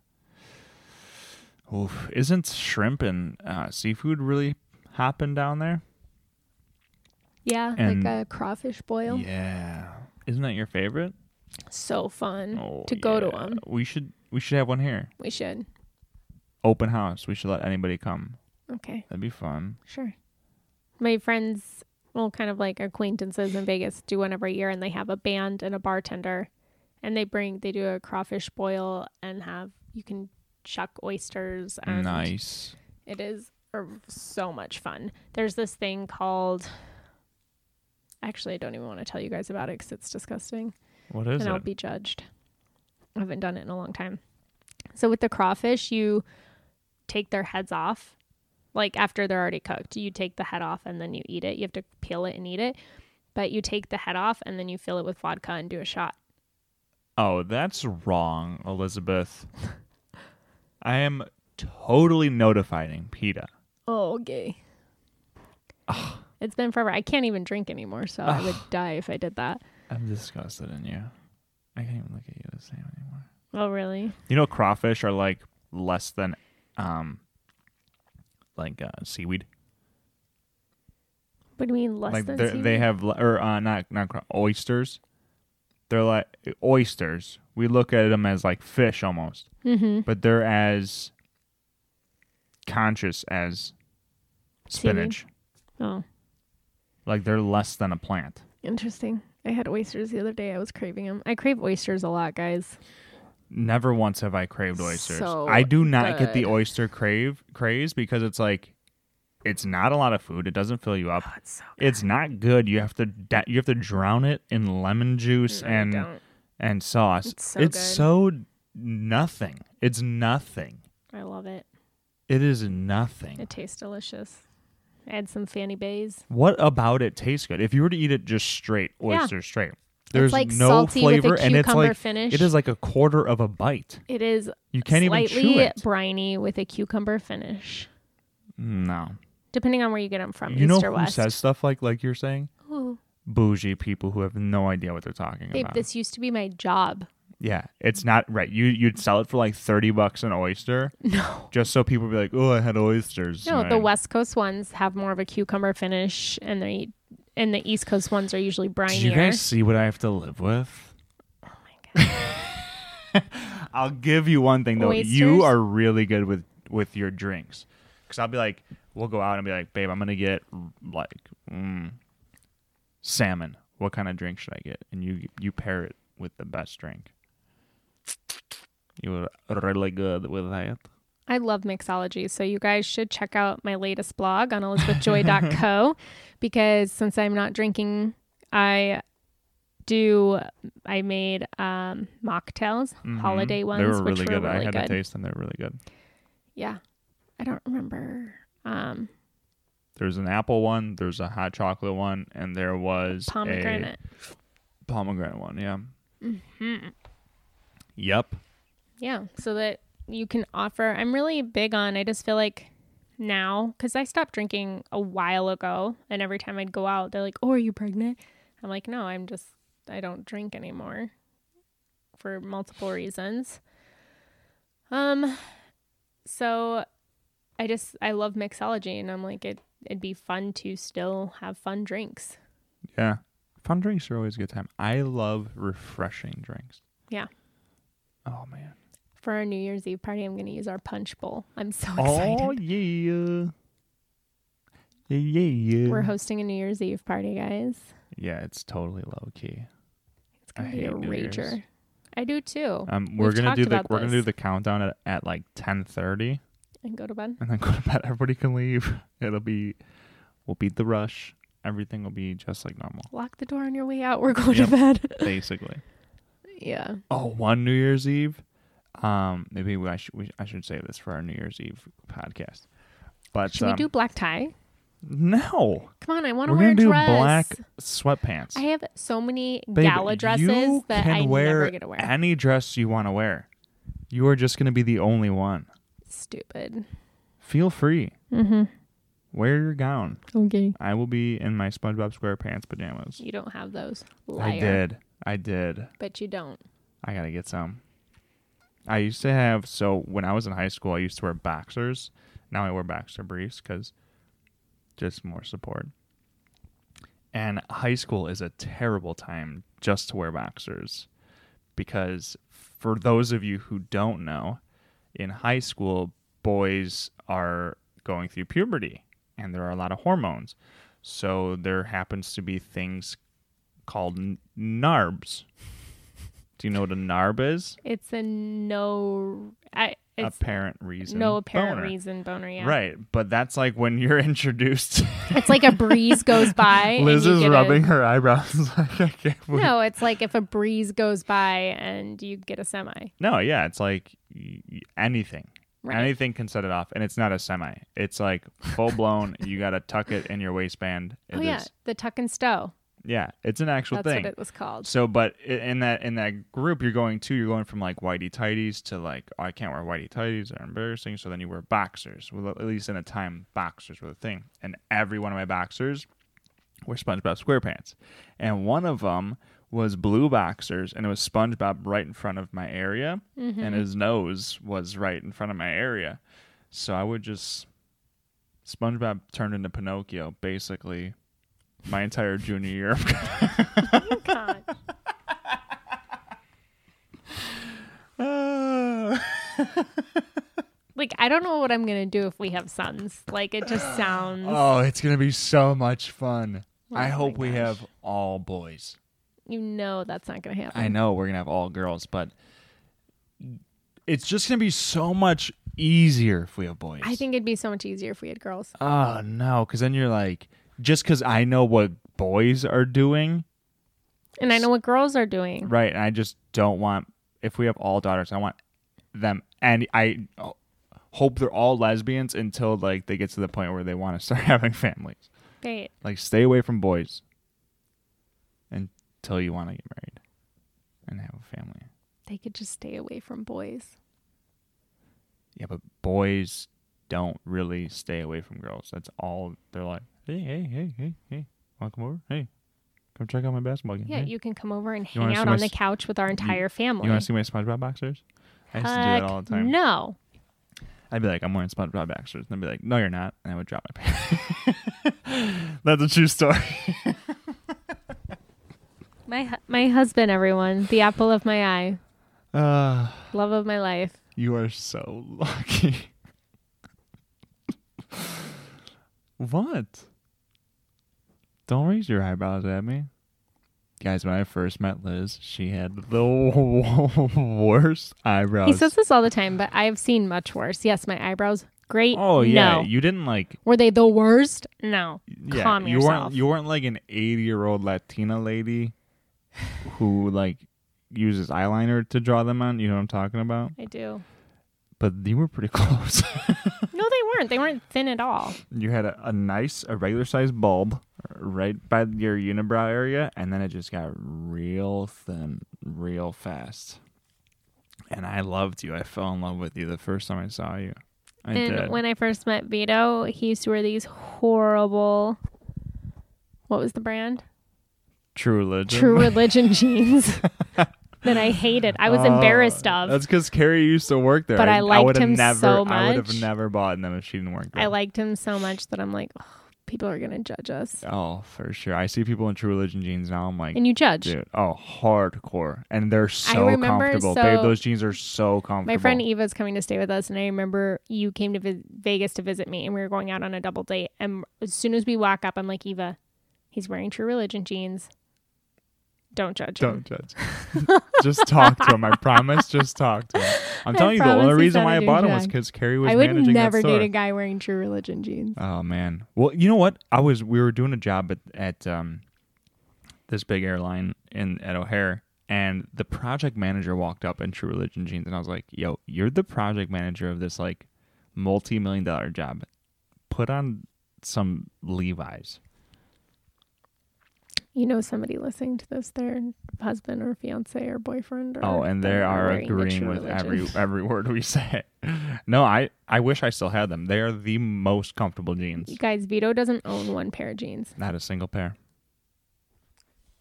Speaker 1: Oof. Isn't shrimp and uh, seafood really hopping down there?
Speaker 2: Yeah,
Speaker 1: And-
Speaker 2: like a crawfish boil.
Speaker 1: Yeah. Isn't that your favorite?
Speaker 2: So fun
Speaker 1: Oh,
Speaker 2: Mm-hmm. to go to
Speaker 1: yeah.
Speaker 2: 'em. to them.
Speaker 1: We should we should have one here.
Speaker 2: We should.
Speaker 1: Open house. We should let anybody come.
Speaker 2: Okay,
Speaker 1: That'd be fun.
Speaker 2: sure. My friends, well, kind of like acquaintances in Vegas, do one every year, and they have a band and a bartender, and they bring they do a crawfish boil and have you can chuck oysters and
Speaker 1: nice.
Speaker 2: It is uh, so much fun. There's this thing called. Actually, I don't even want to tell you guys about it because it's disgusting.
Speaker 1: What is
Speaker 2: and I'll
Speaker 1: it?
Speaker 2: be judged. I haven't done it in a long time. So with the crawfish, you take their heads off, like after they're already cooked. You take the head off and then you eat it. You have to peel it and eat it, but you take the head off and then you fill it with vodka and do a shot.
Speaker 1: Oh, that's wrong, Elizabeth. I am totally notifying PETA.
Speaker 2: Oh, okay. It's been forever. I can't even drink anymore, so I would die if I did that.
Speaker 1: I'm disgusted in you. I can't even look at you the same anymore.
Speaker 2: Oh, really?
Speaker 1: You know, crawfish are like less than, um, like uh, seaweed.
Speaker 2: What do you mean less
Speaker 1: like
Speaker 2: than
Speaker 1: they're-
Speaker 2: seaweed?
Speaker 1: they have, le- or uh, not not craw- oysters. They're like oysters. We look at them as like fish almost,
Speaker 2: mm-hmm.
Speaker 1: but they're as conscious as
Speaker 2: Seaweed?
Speaker 1: spinach.
Speaker 2: Oh,
Speaker 1: Like they're less than a plant.
Speaker 2: interesting. I had oysters the other day. I was craving them. I crave oysters a lot, guys.
Speaker 1: Never once have I craved oysters.
Speaker 2: So
Speaker 1: I do not get the
Speaker 2: good.
Speaker 1: oyster crave craze because it's like it's not a lot of food. It doesn't fill you up.
Speaker 2: Oh, It's
Speaker 1: It's not good. You have to da- you have to drown it in lemon juice and
Speaker 2: Mm, don't.
Speaker 1: and sauce.
Speaker 2: It's so good.
Speaker 1: so nothing. It's nothing.
Speaker 2: I love it.
Speaker 1: It is nothing.
Speaker 2: It tastes delicious. Add some Fanny Bays.
Speaker 1: what about it tastes good? If you were to eat it just straight,
Speaker 2: Yeah.
Speaker 1: oyster straight, there's
Speaker 2: like
Speaker 1: no
Speaker 2: salty with a
Speaker 1: flavor, and it's
Speaker 2: cucumber
Speaker 1: like
Speaker 2: finish.
Speaker 1: it is like a quarter of a bite.
Speaker 2: It is
Speaker 1: You can't even
Speaker 2: slightly
Speaker 1: chew it.
Speaker 2: briny with a cucumber finish.
Speaker 1: No,
Speaker 2: Depending on where you get them from,
Speaker 1: you know
Speaker 2: east or
Speaker 1: who
Speaker 2: west.
Speaker 1: says stuff like like you're saying
Speaker 2: Ooh,
Speaker 1: bougie people who have no idea what they're talking
Speaker 2: babe,
Speaker 1: about
Speaker 2: this used to be my job.
Speaker 1: yeah it's not right you you'd sell it for like 30 bucks an oyster
Speaker 2: No.
Speaker 1: just so people be like oh i had oysters
Speaker 2: No,
Speaker 1: tonight."
Speaker 2: the West Coast ones have more of a cucumber finish, and they and the East Coast ones are usually brinier.
Speaker 1: do you guys see what i have to live with
Speaker 2: Oh
Speaker 1: I'll give you one thing though.
Speaker 2: Oysters?
Speaker 1: You are really good with with your drinks, because I'll be like, we'll go out and be like, babe, I'm gonna get like mm, salmon. What kind of drink should I get? And you you pair it with the best drink. You are really good with that.
Speaker 2: I love mixology, so you guys should check out my latest blog on elizabethjoy.co because since I'm not drinking, I do. I made um, mocktails, holiday ones,
Speaker 1: Mm-hmm. They were
Speaker 2: which
Speaker 1: really
Speaker 2: were
Speaker 1: good. I
Speaker 2: really
Speaker 1: had
Speaker 2: good.
Speaker 1: to taste them. They're really good.
Speaker 2: yeah, I don't remember um,
Speaker 1: There's an apple one. There's a hot chocolate one, and there was
Speaker 2: pomegranate.
Speaker 1: a pomegranate one. Yeah.
Speaker 2: Mm-hmm.
Speaker 1: Yep.
Speaker 2: Yeah, so that you can offer. I'm really big on. I just feel like now because I stopped drinking a while ago, and every time I'd go out, they're like, "Oh, are you pregnant?" I'm like, "No, I'm just. I don't drink anymore for multiple reasons." Um, so I just I love mixology, and I'm like it. It'd be fun to still have fun drinks.
Speaker 1: Yeah. Fun drinks are always a good time. I love refreshing drinks.
Speaker 2: Yeah.
Speaker 1: Oh man.
Speaker 2: For our New Year's Eve party, I'm going to use our punch bowl. I'm so excited.
Speaker 1: Oh yeah. Yeah, yeah, yeah.
Speaker 2: We're hosting a New Year's Eve party, guys.
Speaker 1: yeah, it's totally low key.
Speaker 2: It's gonna
Speaker 1: I
Speaker 2: be a
Speaker 1: hate New Year's.
Speaker 2: rager. I do too.
Speaker 1: Um, we're
Speaker 2: We've
Speaker 1: gonna do
Speaker 2: talked
Speaker 1: the
Speaker 2: about
Speaker 1: we're gonna do
Speaker 2: this.
Speaker 1: the countdown at, at like ten thirty,
Speaker 2: and go to bed.
Speaker 1: and then go to bed. Everybody can leave. It'll be, we'll beat the rush. Everything will be just like normal,
Speaker 2: Lock the door on your way out. We're going
Speaker 1: Yep.
Speaker 2: to bed.
Speaker 1: basically.
Speaker 2: yeah.
Speaker 1: Oh, one New Year's Eve. Um, maybe we, I should we, I should say this for our New Year's Eve podcast. But
Speaker 2: Should
Speaker 1: um,
Speaker 2: we do black tie?
Speaker 1: No,
Speaker 2: Come on, I want to
Speaker 1: we're
Speaker 2: wear
Speaker 1: gonna
Speaker 2: a
Speaker 1: do
Speaker 2: dress.
Speaker 1: black sweatpants.
Speaker 2: I have so many
Speaker 1: Babe,
Speaker 2: gala dresses
Speaker 1: you
Speaker 2: that
Speaker 1: can
Speaker 2: I
Speaker 1: wear
Speaker 2: never get to wear.
Speaker 1: Any dress you want to wear, you are just gonna be the only one.
Speaker 2: Stupid.
Speaker 1: Feel free.
Speaker 2: Mm-hmm.
Speaker 1: Wear your gown.
Speaker 2: Okay.
Speaker 1: I will be in my SpongeBob SquarePants pajamas.
Speaker 2: You don't have those. Liar.
Speaker 1: I did. I did.
Speaker 2: But you don't.
Speaker 1: I gotta get some. I used to have so when I was in high school, I used to wear boxers. Now I wear boxer briefs because just more support. And high school is a terrible time just to wear boxers because for those of you who don't know, in high school, boys are going through puberty and there are a lot of hormones. So there happens to be things called n- NARBs. Do you know what a NARB is?
Speaker 2: It's a no. I. It's
Speaker 1: apparent reason.
Speaker 2: no apparent
Speaker 1: boner.
Speaker 2: reason boner. Yeah.
Speaker 1: Right, but that's like when you're introduced.
Speaker 2: It's like a breeze goes by.
Speaker 1: Liz
Speaker 2: and you
Speaker 1: is
Speaker 2: get a-
Speaker 1: rubbing her eyebrows like I can't believe.
Speaker 2: No, it's like if a breeze goes by and you get a semi.
Speaker 1: No, yeah, it's like y- y- anything.
Speaker 2: Right.
Speaker 1: Anything can set it off, and it's not a semi. It's like full blown. you gotta tuck it in your waistband. It
Speaker 2: oh yeah,
Speaker 1: is-
Speaker 2: the tuck and stow.
Speaker 1: Yeah, it's an actual
Speaker 2: That's
Speaker 1: thing.
Speaker 2: what it was called.
Speaker 1: So, but i- in that in that group you're going to, you're going from like whitey tighties to like oh, I can't wear whitey tighties; they're embarrassing. So then you wear boxers. Well, at least in a time, boxers were the thing, and every one of my boxers were SpongeBob SquarePants, and one of them was blue boxers, and it was SpongeBob right in front of my area, and his nose was right in front of my area, so I would just SpongeBob turned into Pinocchio basically my entire junior year of
Speaker 2: God.
Speaker 1: Uh,
Speaker 2: Like I don't know what I'm gonna do if we have sons. Like it just sounds.
Speaker 1: oh, it's gonna be so much fun. I
Speaker 2: my
Speaker 1: hope we
Speaker 2: gosh.
Speaker 1: have all boys.
Speaker 2: You know that's not gonna happen.
Speaker 1: I know we're gonna have all girls, but it's just gonna be so much easier if we have boys.
Speaker 2: I think it'd be so much easier if we had girls.
Speaker 1: Oh no, because then you're like, just because I know what boys are doing,
Speaker 2: And I know what girls are doing.
Speaker 1: right? And I just don't want. If we have all daughters, I want them, and I hope they're all lesbians until like they get to the point where they want to start having families.
Speaker 2: Right.
Speaker 1: Like, stay away from boys until you want to get married and have a family.
Speaker 2: They could just stay away from boys.
Speaker 1: Yeah, but boys don't really stay away from girls. That's all they're like. Hey, hey, hey, hey, hey, welcome over. Hey, come check out my basketball game.
Speaker 2: Yeah,
Speaker 1: hey.
Speaker 2: you can come over and
Speaker 1: Mm-hmm. You
Speaker 2: hang
Speaker 1: wanna see
Speaker 2: out
Speaker 1: my
Speaker 2: on the
Speaker 1: s-
Speaker 2: couch with our entire family.
Speaker 1: you want to see my SpongeBob boxers? I used to do
Speaker 2: Heck
Speaker 1: that all the time.
Speaker 2: No.
Speaker 1: I'd be like, I'm wearing SpongeBob boxers, and they'd be like, No, you're not, and I would drop my pants. That's a true story.
Speaker 2: My hu- my husband, everyone, the apple of my eye,
Speaker 1: Uh,
Speaker 2: love of my life.
Speaker 1: You are so lucky. what? Don't raise your eyebrows at me. Guys, when I first met Liz, she had the worst eyebrows.
Speaker 2: He says this all the time, but I've seen much worse. Yes, my eyebrows, great.
Speaker 1: "Oh yeah,
Speaker 2: No.
Speaker 1: you didn't like
Speaker 2: Were they the worst? No.
Speaker 1: yeah,
Speaker 2: Calm
Speaker 1: you
Speaker 2: yourself.
Speaker 1: weren't you weren't like an 80-year-old Latina lady who like uses eyeliner to draw them on, you know what I'm talking about?
Speaker 2: I do.
Speaker 1: But you were pretty close.
Speaker 2: No, they weren't. They weren't thin at all.
Speaker 1: you had a, a nice, a regular sized bulb right by your unibrow area, and then it just got real thin, real fast. And I loved you. I fell in love with you the first time I saw you. I
Speaker 2: and
Speaker 1: did.
Speaker 2: when I first met Vito, he used to wear these horrible. What was the brand?
Speaker 1: True religion.
Speaker 2: True Religion jeans that I hated. I was
Speaker 1: Oh,
Speaker 2: embarrassed of.
Speaker 1: That's because Carrie used to work there.
Speaker 2: But I liked
Speaker 1: would have
Speaker 2: him
Speaker 1: never,
Speaker 2: so
Speaker 1: I would have
Speaker 2: much.
Speaker 1: never bought them if she didn't work there.
Speaker 2: I liked him so much that I'm like, oh, people are gonna judge us,
Speaker 1: Oh, for sure. I see people in True Religion jeans now. I'm like,
Speaker 2: and you judge.
Speaker 1: dude, oh, hardcore, and they're so
Speaker 2: remember,
Speaker 1: comfortable,
Speaker 2: so-
Speaker 1: babe. Those jeans are so comfortable.
Speaker 2: My friend Eva's coming to stay with us, and I remember you came to vi- Vegas to visit me, and we were going out on a double date. And as soon as we walk up, I'm like, Eva, he's wearing True Religion jeans. Don't judge him.
Speaker 1: Don't judge. just talk to him. I promise. Just talk to him. I'm
Speaker 2: I
Speaker 1: telling you, the
Speaker 2: promise
Speaker 1: only
Speaker 2: he's
Speaker 1: reason
Speaker 2: not
Speaker 1: why
Speaker 2: a
Speaker 1: I bought him was
Speaker 2: douchebag.
Speaker 1: because Carrie was
Speaker 2: I would
Speaker 1: managing
Speaker 2: never
Speaker 1: that store.
Speaker 2: date a guy wearing True Religion jeans.
Speaker 1: oh man. Well, you know what? I was. We were doing a job at, at um, this big airline in at O'Hare, and the project manager walked up in True Religion jeans, and I was like, "Yo, you're the project manager of this like multi-million dollar job. Put on some Levi's."
Speaker 2: You know, somebody listening to this, their husband or fiance or boyfriend. Or
Speaker 1: Oh, and they
Speaker 2: they're
Speaker 1: are
Speaker 2: wearing the
Speaker 1: agreeing
Speaker 2: True
Speaker 1: with
Speaker 2: Religion.
Speaker 1: every every word we say. No, I I wish I still had them. They are the most comfortable jeans.
Speaker 2: You guys, Vito doesn't own one pair of jeans.
Speaker 1: Not a single pair,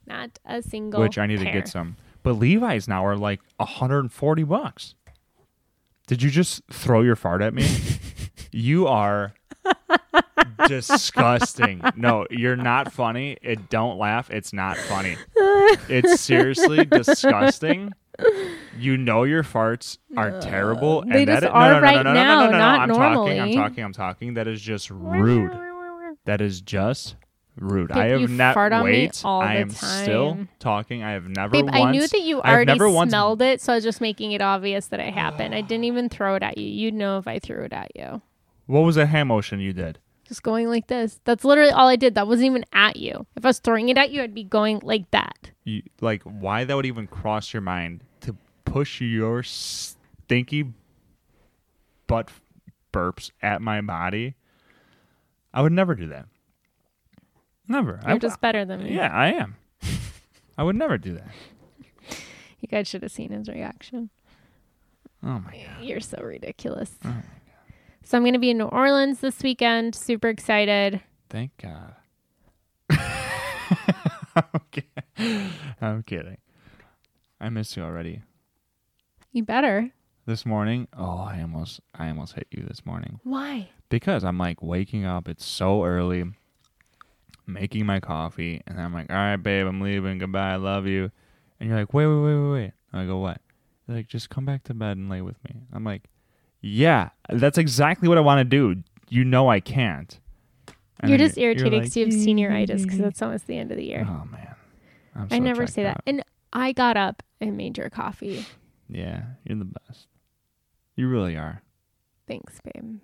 Speaker 2: Not a single.
Speaker 1: which I need to
Speaker 2: pair.
Speaker 1: get some. But Levi's now are like 140 bucks. Did you just throw your fart at me? you are disgusting. No, you're not funny. It don't laugh. It's not funny. It's seriously disgusting. You know your farts are terrible, and
Speaker 2: Uh, They
Speaker 1: that
Speaker 2: just
Speaker 1: is-
Speaker 2: are
Speaker 1: no, no, no,
Speaker 2: right
Speaker 1: no, no, no, no,
Speaker 2: now,
Speaker 1: no, no, no,
Speaker 2: not
Speaker 1: I'm talking. I'm
Speaker 2: normally.
Speaker 1: talking. I'm talking. That is just rude. That is just rude. I
Speaker 2: Babe,
Speaker 1: have
Speaker 2: you
Speaker 1: not
Speaker 2: fart on me
Speaker 1: wait.
Speaker 2: all
Speaker 1: I
Speaker 2: the
Speaker 1: am still
Speaker 2: time.
Speaker 1: talking. I have never
Speaker 2: Babe,
Speaker 1: once.
Speaker 2: I knew that you
Speaker 1: I've
Speaker 2: already
Speaker 1: never once
Speaker 2: smelled it, so I was just making it obvious that it happened. I didn't even throw it at you. You'd know if I threw it at you.
Speaker 1: What was that hand motion you did?
Speaker 2: Just going like this. That's literally all I did. That wasn't even at you. If I was throwing it at you, I'd be going like that.
Speaker 1: You, like why that would even cross your mind to push your stinky butt f- burps at my body? I would never do that. Never.
Speaker 2: You're
Speaker 1: I,
Speaker 2: just better than me.
Speaker 1: yeah, I am. I would never do that.
Speaker 2: You guys should have seen his reaction.
Speaker 1: Oh my god. Oh
Speaker 2: You're so ridiculous. So I'm going to be in New Orleans this weekend. Super excited.
Speaker 1: Thank God. I'm kidding. I'm kidding. I miss you already.
Speaker 2: You better.
Speaker 1: This morning, oh, I almost, I almost hit you this morning
Speaker 2: Why?
Speaker 1: because I'm like waking up. It's so early, making my coffee, and I'm like, all right, babe, I'm leaving. Goodbye, I love you. And you're like, wait, wait, wait, wait, wait. And I go, what? You're like, just come back to bed and lay with me. I'm like, yeah, that's exactly what I want to do. You know I can't. And
Speaker 2: you're
Speaker 1: then
Speaker 2: just irritated
Speaker 1: like,
Speaker 2: because you have senioritis because that's almost the end of the year.
Speaker 1: Oh man, I'm
Speaker 2: I
Speaker 1: so
Speaker 2: never
Speaker 1: checked
Speaker 2: say that.
Speaker 1: out.
Speaker 2: And I got up and made your coffee.
Speaker 1: Yeah, you're the best. You really are.
Speaker 2: Thanks, babe.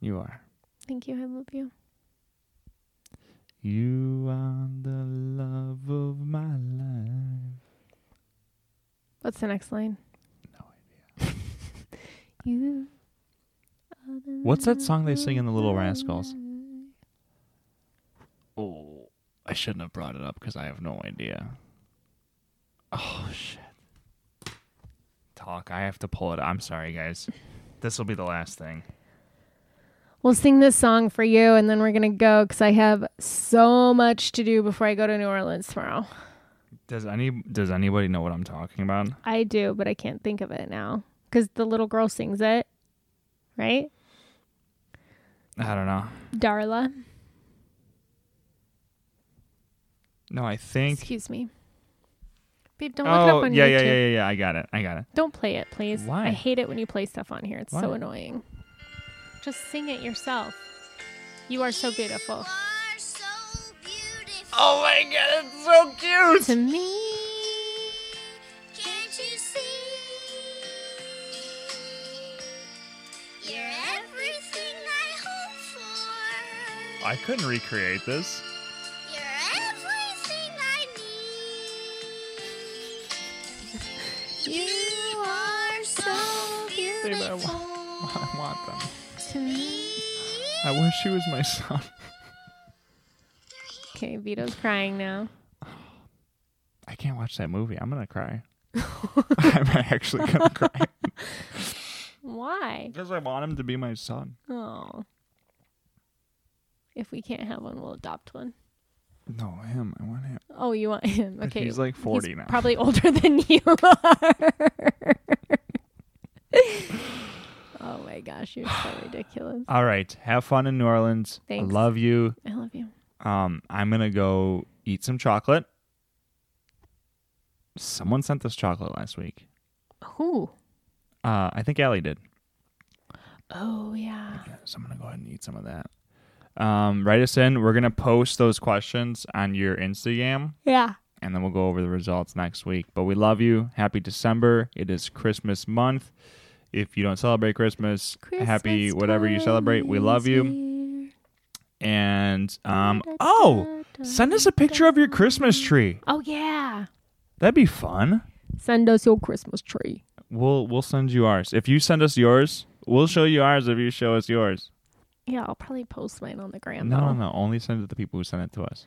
Speaker 1: You are.
Speaker 2: Thank you. I love you.
Speaker 1: You are the love of my life.
Speaker 2: What's the next line?
Speaker 1: No
Speaker 2: idea. you. are the
Speaker 1: What's that song they
Speaker 2: love
Speaker 1: sing in The Little
Speaker 2: of my
Speaker 1: Rascals?
Speaker 2: life.
Speaker 1: Oh, I shouldn't have brought it up because I have no idea. Oh shit. Talk. I have to pull it. I'm sorry, guys. This will be the last thing.
Speaker 2: We'll sing this song for you and then we're going to go because I have so much to do before I go to New Orleans tomorrow.
Speaker 1: Does any Does anybody know what I'm talking about?
Speaker 2: I do, but I can't think of it now because the little girl sings it, right?
Speaker 1: I don't know.
Speaker 2: Darla.
Speaker 1: No, I think.
Speaker 2: Excuse me. Babe, don't look it up
Speaker 1: Oh
Speaker 2: on
Speaker 1: yeah,
Speaker 2: YouTube.
Speaker 1: yeah, yeah, yeah, yeah. I got it. I got it.
Speaker 2: Don't play it, please.
Speaker 1: Why?
Speaker 2: I hate it when you play stuff on here. It's so
Speaker 1: Why?
Speaker 2: annoying. Just sing it yourself. You are so beautiful.
Speaker 1: Oh my god, it's so cute.
Speaker 2: To me.
Speaker 3: Can't you see? You're everything I hope for.
Speaker 1: I couldn't recreate this.
Speaker 3: You're everything I need. You are so
Speaker 1: Babe, I
Speaker 3: beautiful.
Speaker 1: want, I want them.
Speaker 2: To me.
Speaker 1: I wish he was my son.
Speaker 2: Okay, Vito's crying now.
Speaker 1: I can't watch that movie. I'm gonna cry. I'm actually gonna cry
Speaker 2: Why?
Speaker 1: because I want him to be my son.
Speaker 2: Oh. If we can't have one, we'll adopt one.
Speaker 1: No, him. I want him.
Speaker 2: Oh, you want him?
Speaker 1: But
Speaker 2: Okay.
Speaker 1: he's like 40 now.
Speaker 2: Probably older than you are. oh my gosh, you're so ridiculous.
Speaker 1: All right. Have fun in New Orleans.
Speaker 2: Thanks.
Speaker 1: I love you.
Speaker 2: I love you.
Speaker 1: Um, I'm gonna go eat some chocolate. Someone sent us chocolate last week.
Speaker 2: Who?
Speaker 1: Uh, I think Allie did.
Speaker 2: Oh yeah.
Speaker 1: So I'm gonna go ahead and eat some of that. Um, write us in. We're gonna post those questions on your Instagram,
Speaker 2: Yeah.
Speaker 1: and then we'll go over the results next week. But we love you. Happy December. It is Christmas month. If you don't celebrate Christmas, happy whatever you celebrate. We love you. And um, oh, send us a picture of your Christmas tree.
Speaker 2: Oh yeah.
Speaker 1: That'd be fun.
Speaker 2: Send us your Christmas tree.
Speaker 1: We'll we'll send you ours. If you send us yours, we'll show you ours. If you show us yours,
Speaker 2: Yeah, I'll probably post mine on the gram.
Speaker 1: no, no, no. Only send it to the people who send it to us.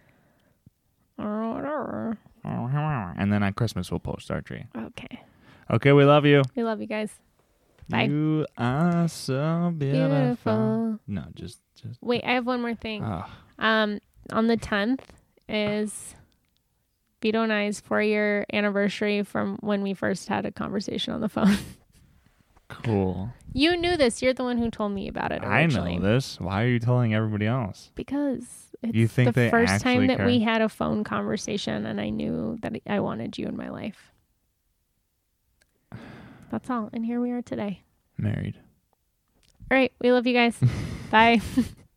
Speaker 2: no.
Speaker 1: And then on Christmas, we'll post our tree.
Speaker 2: Okay.
Speaker 1: Okay, we love you.
Speaker 2: We love you guys. Bye.
Speaker 1: You are so beautiful.
Speaker 2: Beautiful.
Speaker 1: No, just, just.
Speaker 2: Wait, I have one more thing.
Speaker 1: Oh,
Speaker 2: Um, on the tenth is Vito and I's four year anniversary from when we first had a conversation on the phone.
Speaker 1: cool.
Speaker 2: you knew this. You're the one who told me about it.
Speaker 1: I
Speaker 2: Originally.
Speaker 1: know this. Why are you telling everybody else?
Speaker 2: because it's
Speaker 1: You think
Speaker 2: the
Speaker 1: they
Speaker 2: first time
Speaker 1: actually
Speaker 2: that we
Speaker 1: care?
Speaker 2: had a phone conversation, and I knew that I wanted you in my life. That's all. And here we are today.
Speaker 1: Married.
Speaker 2: All right. We love you guys. Bye.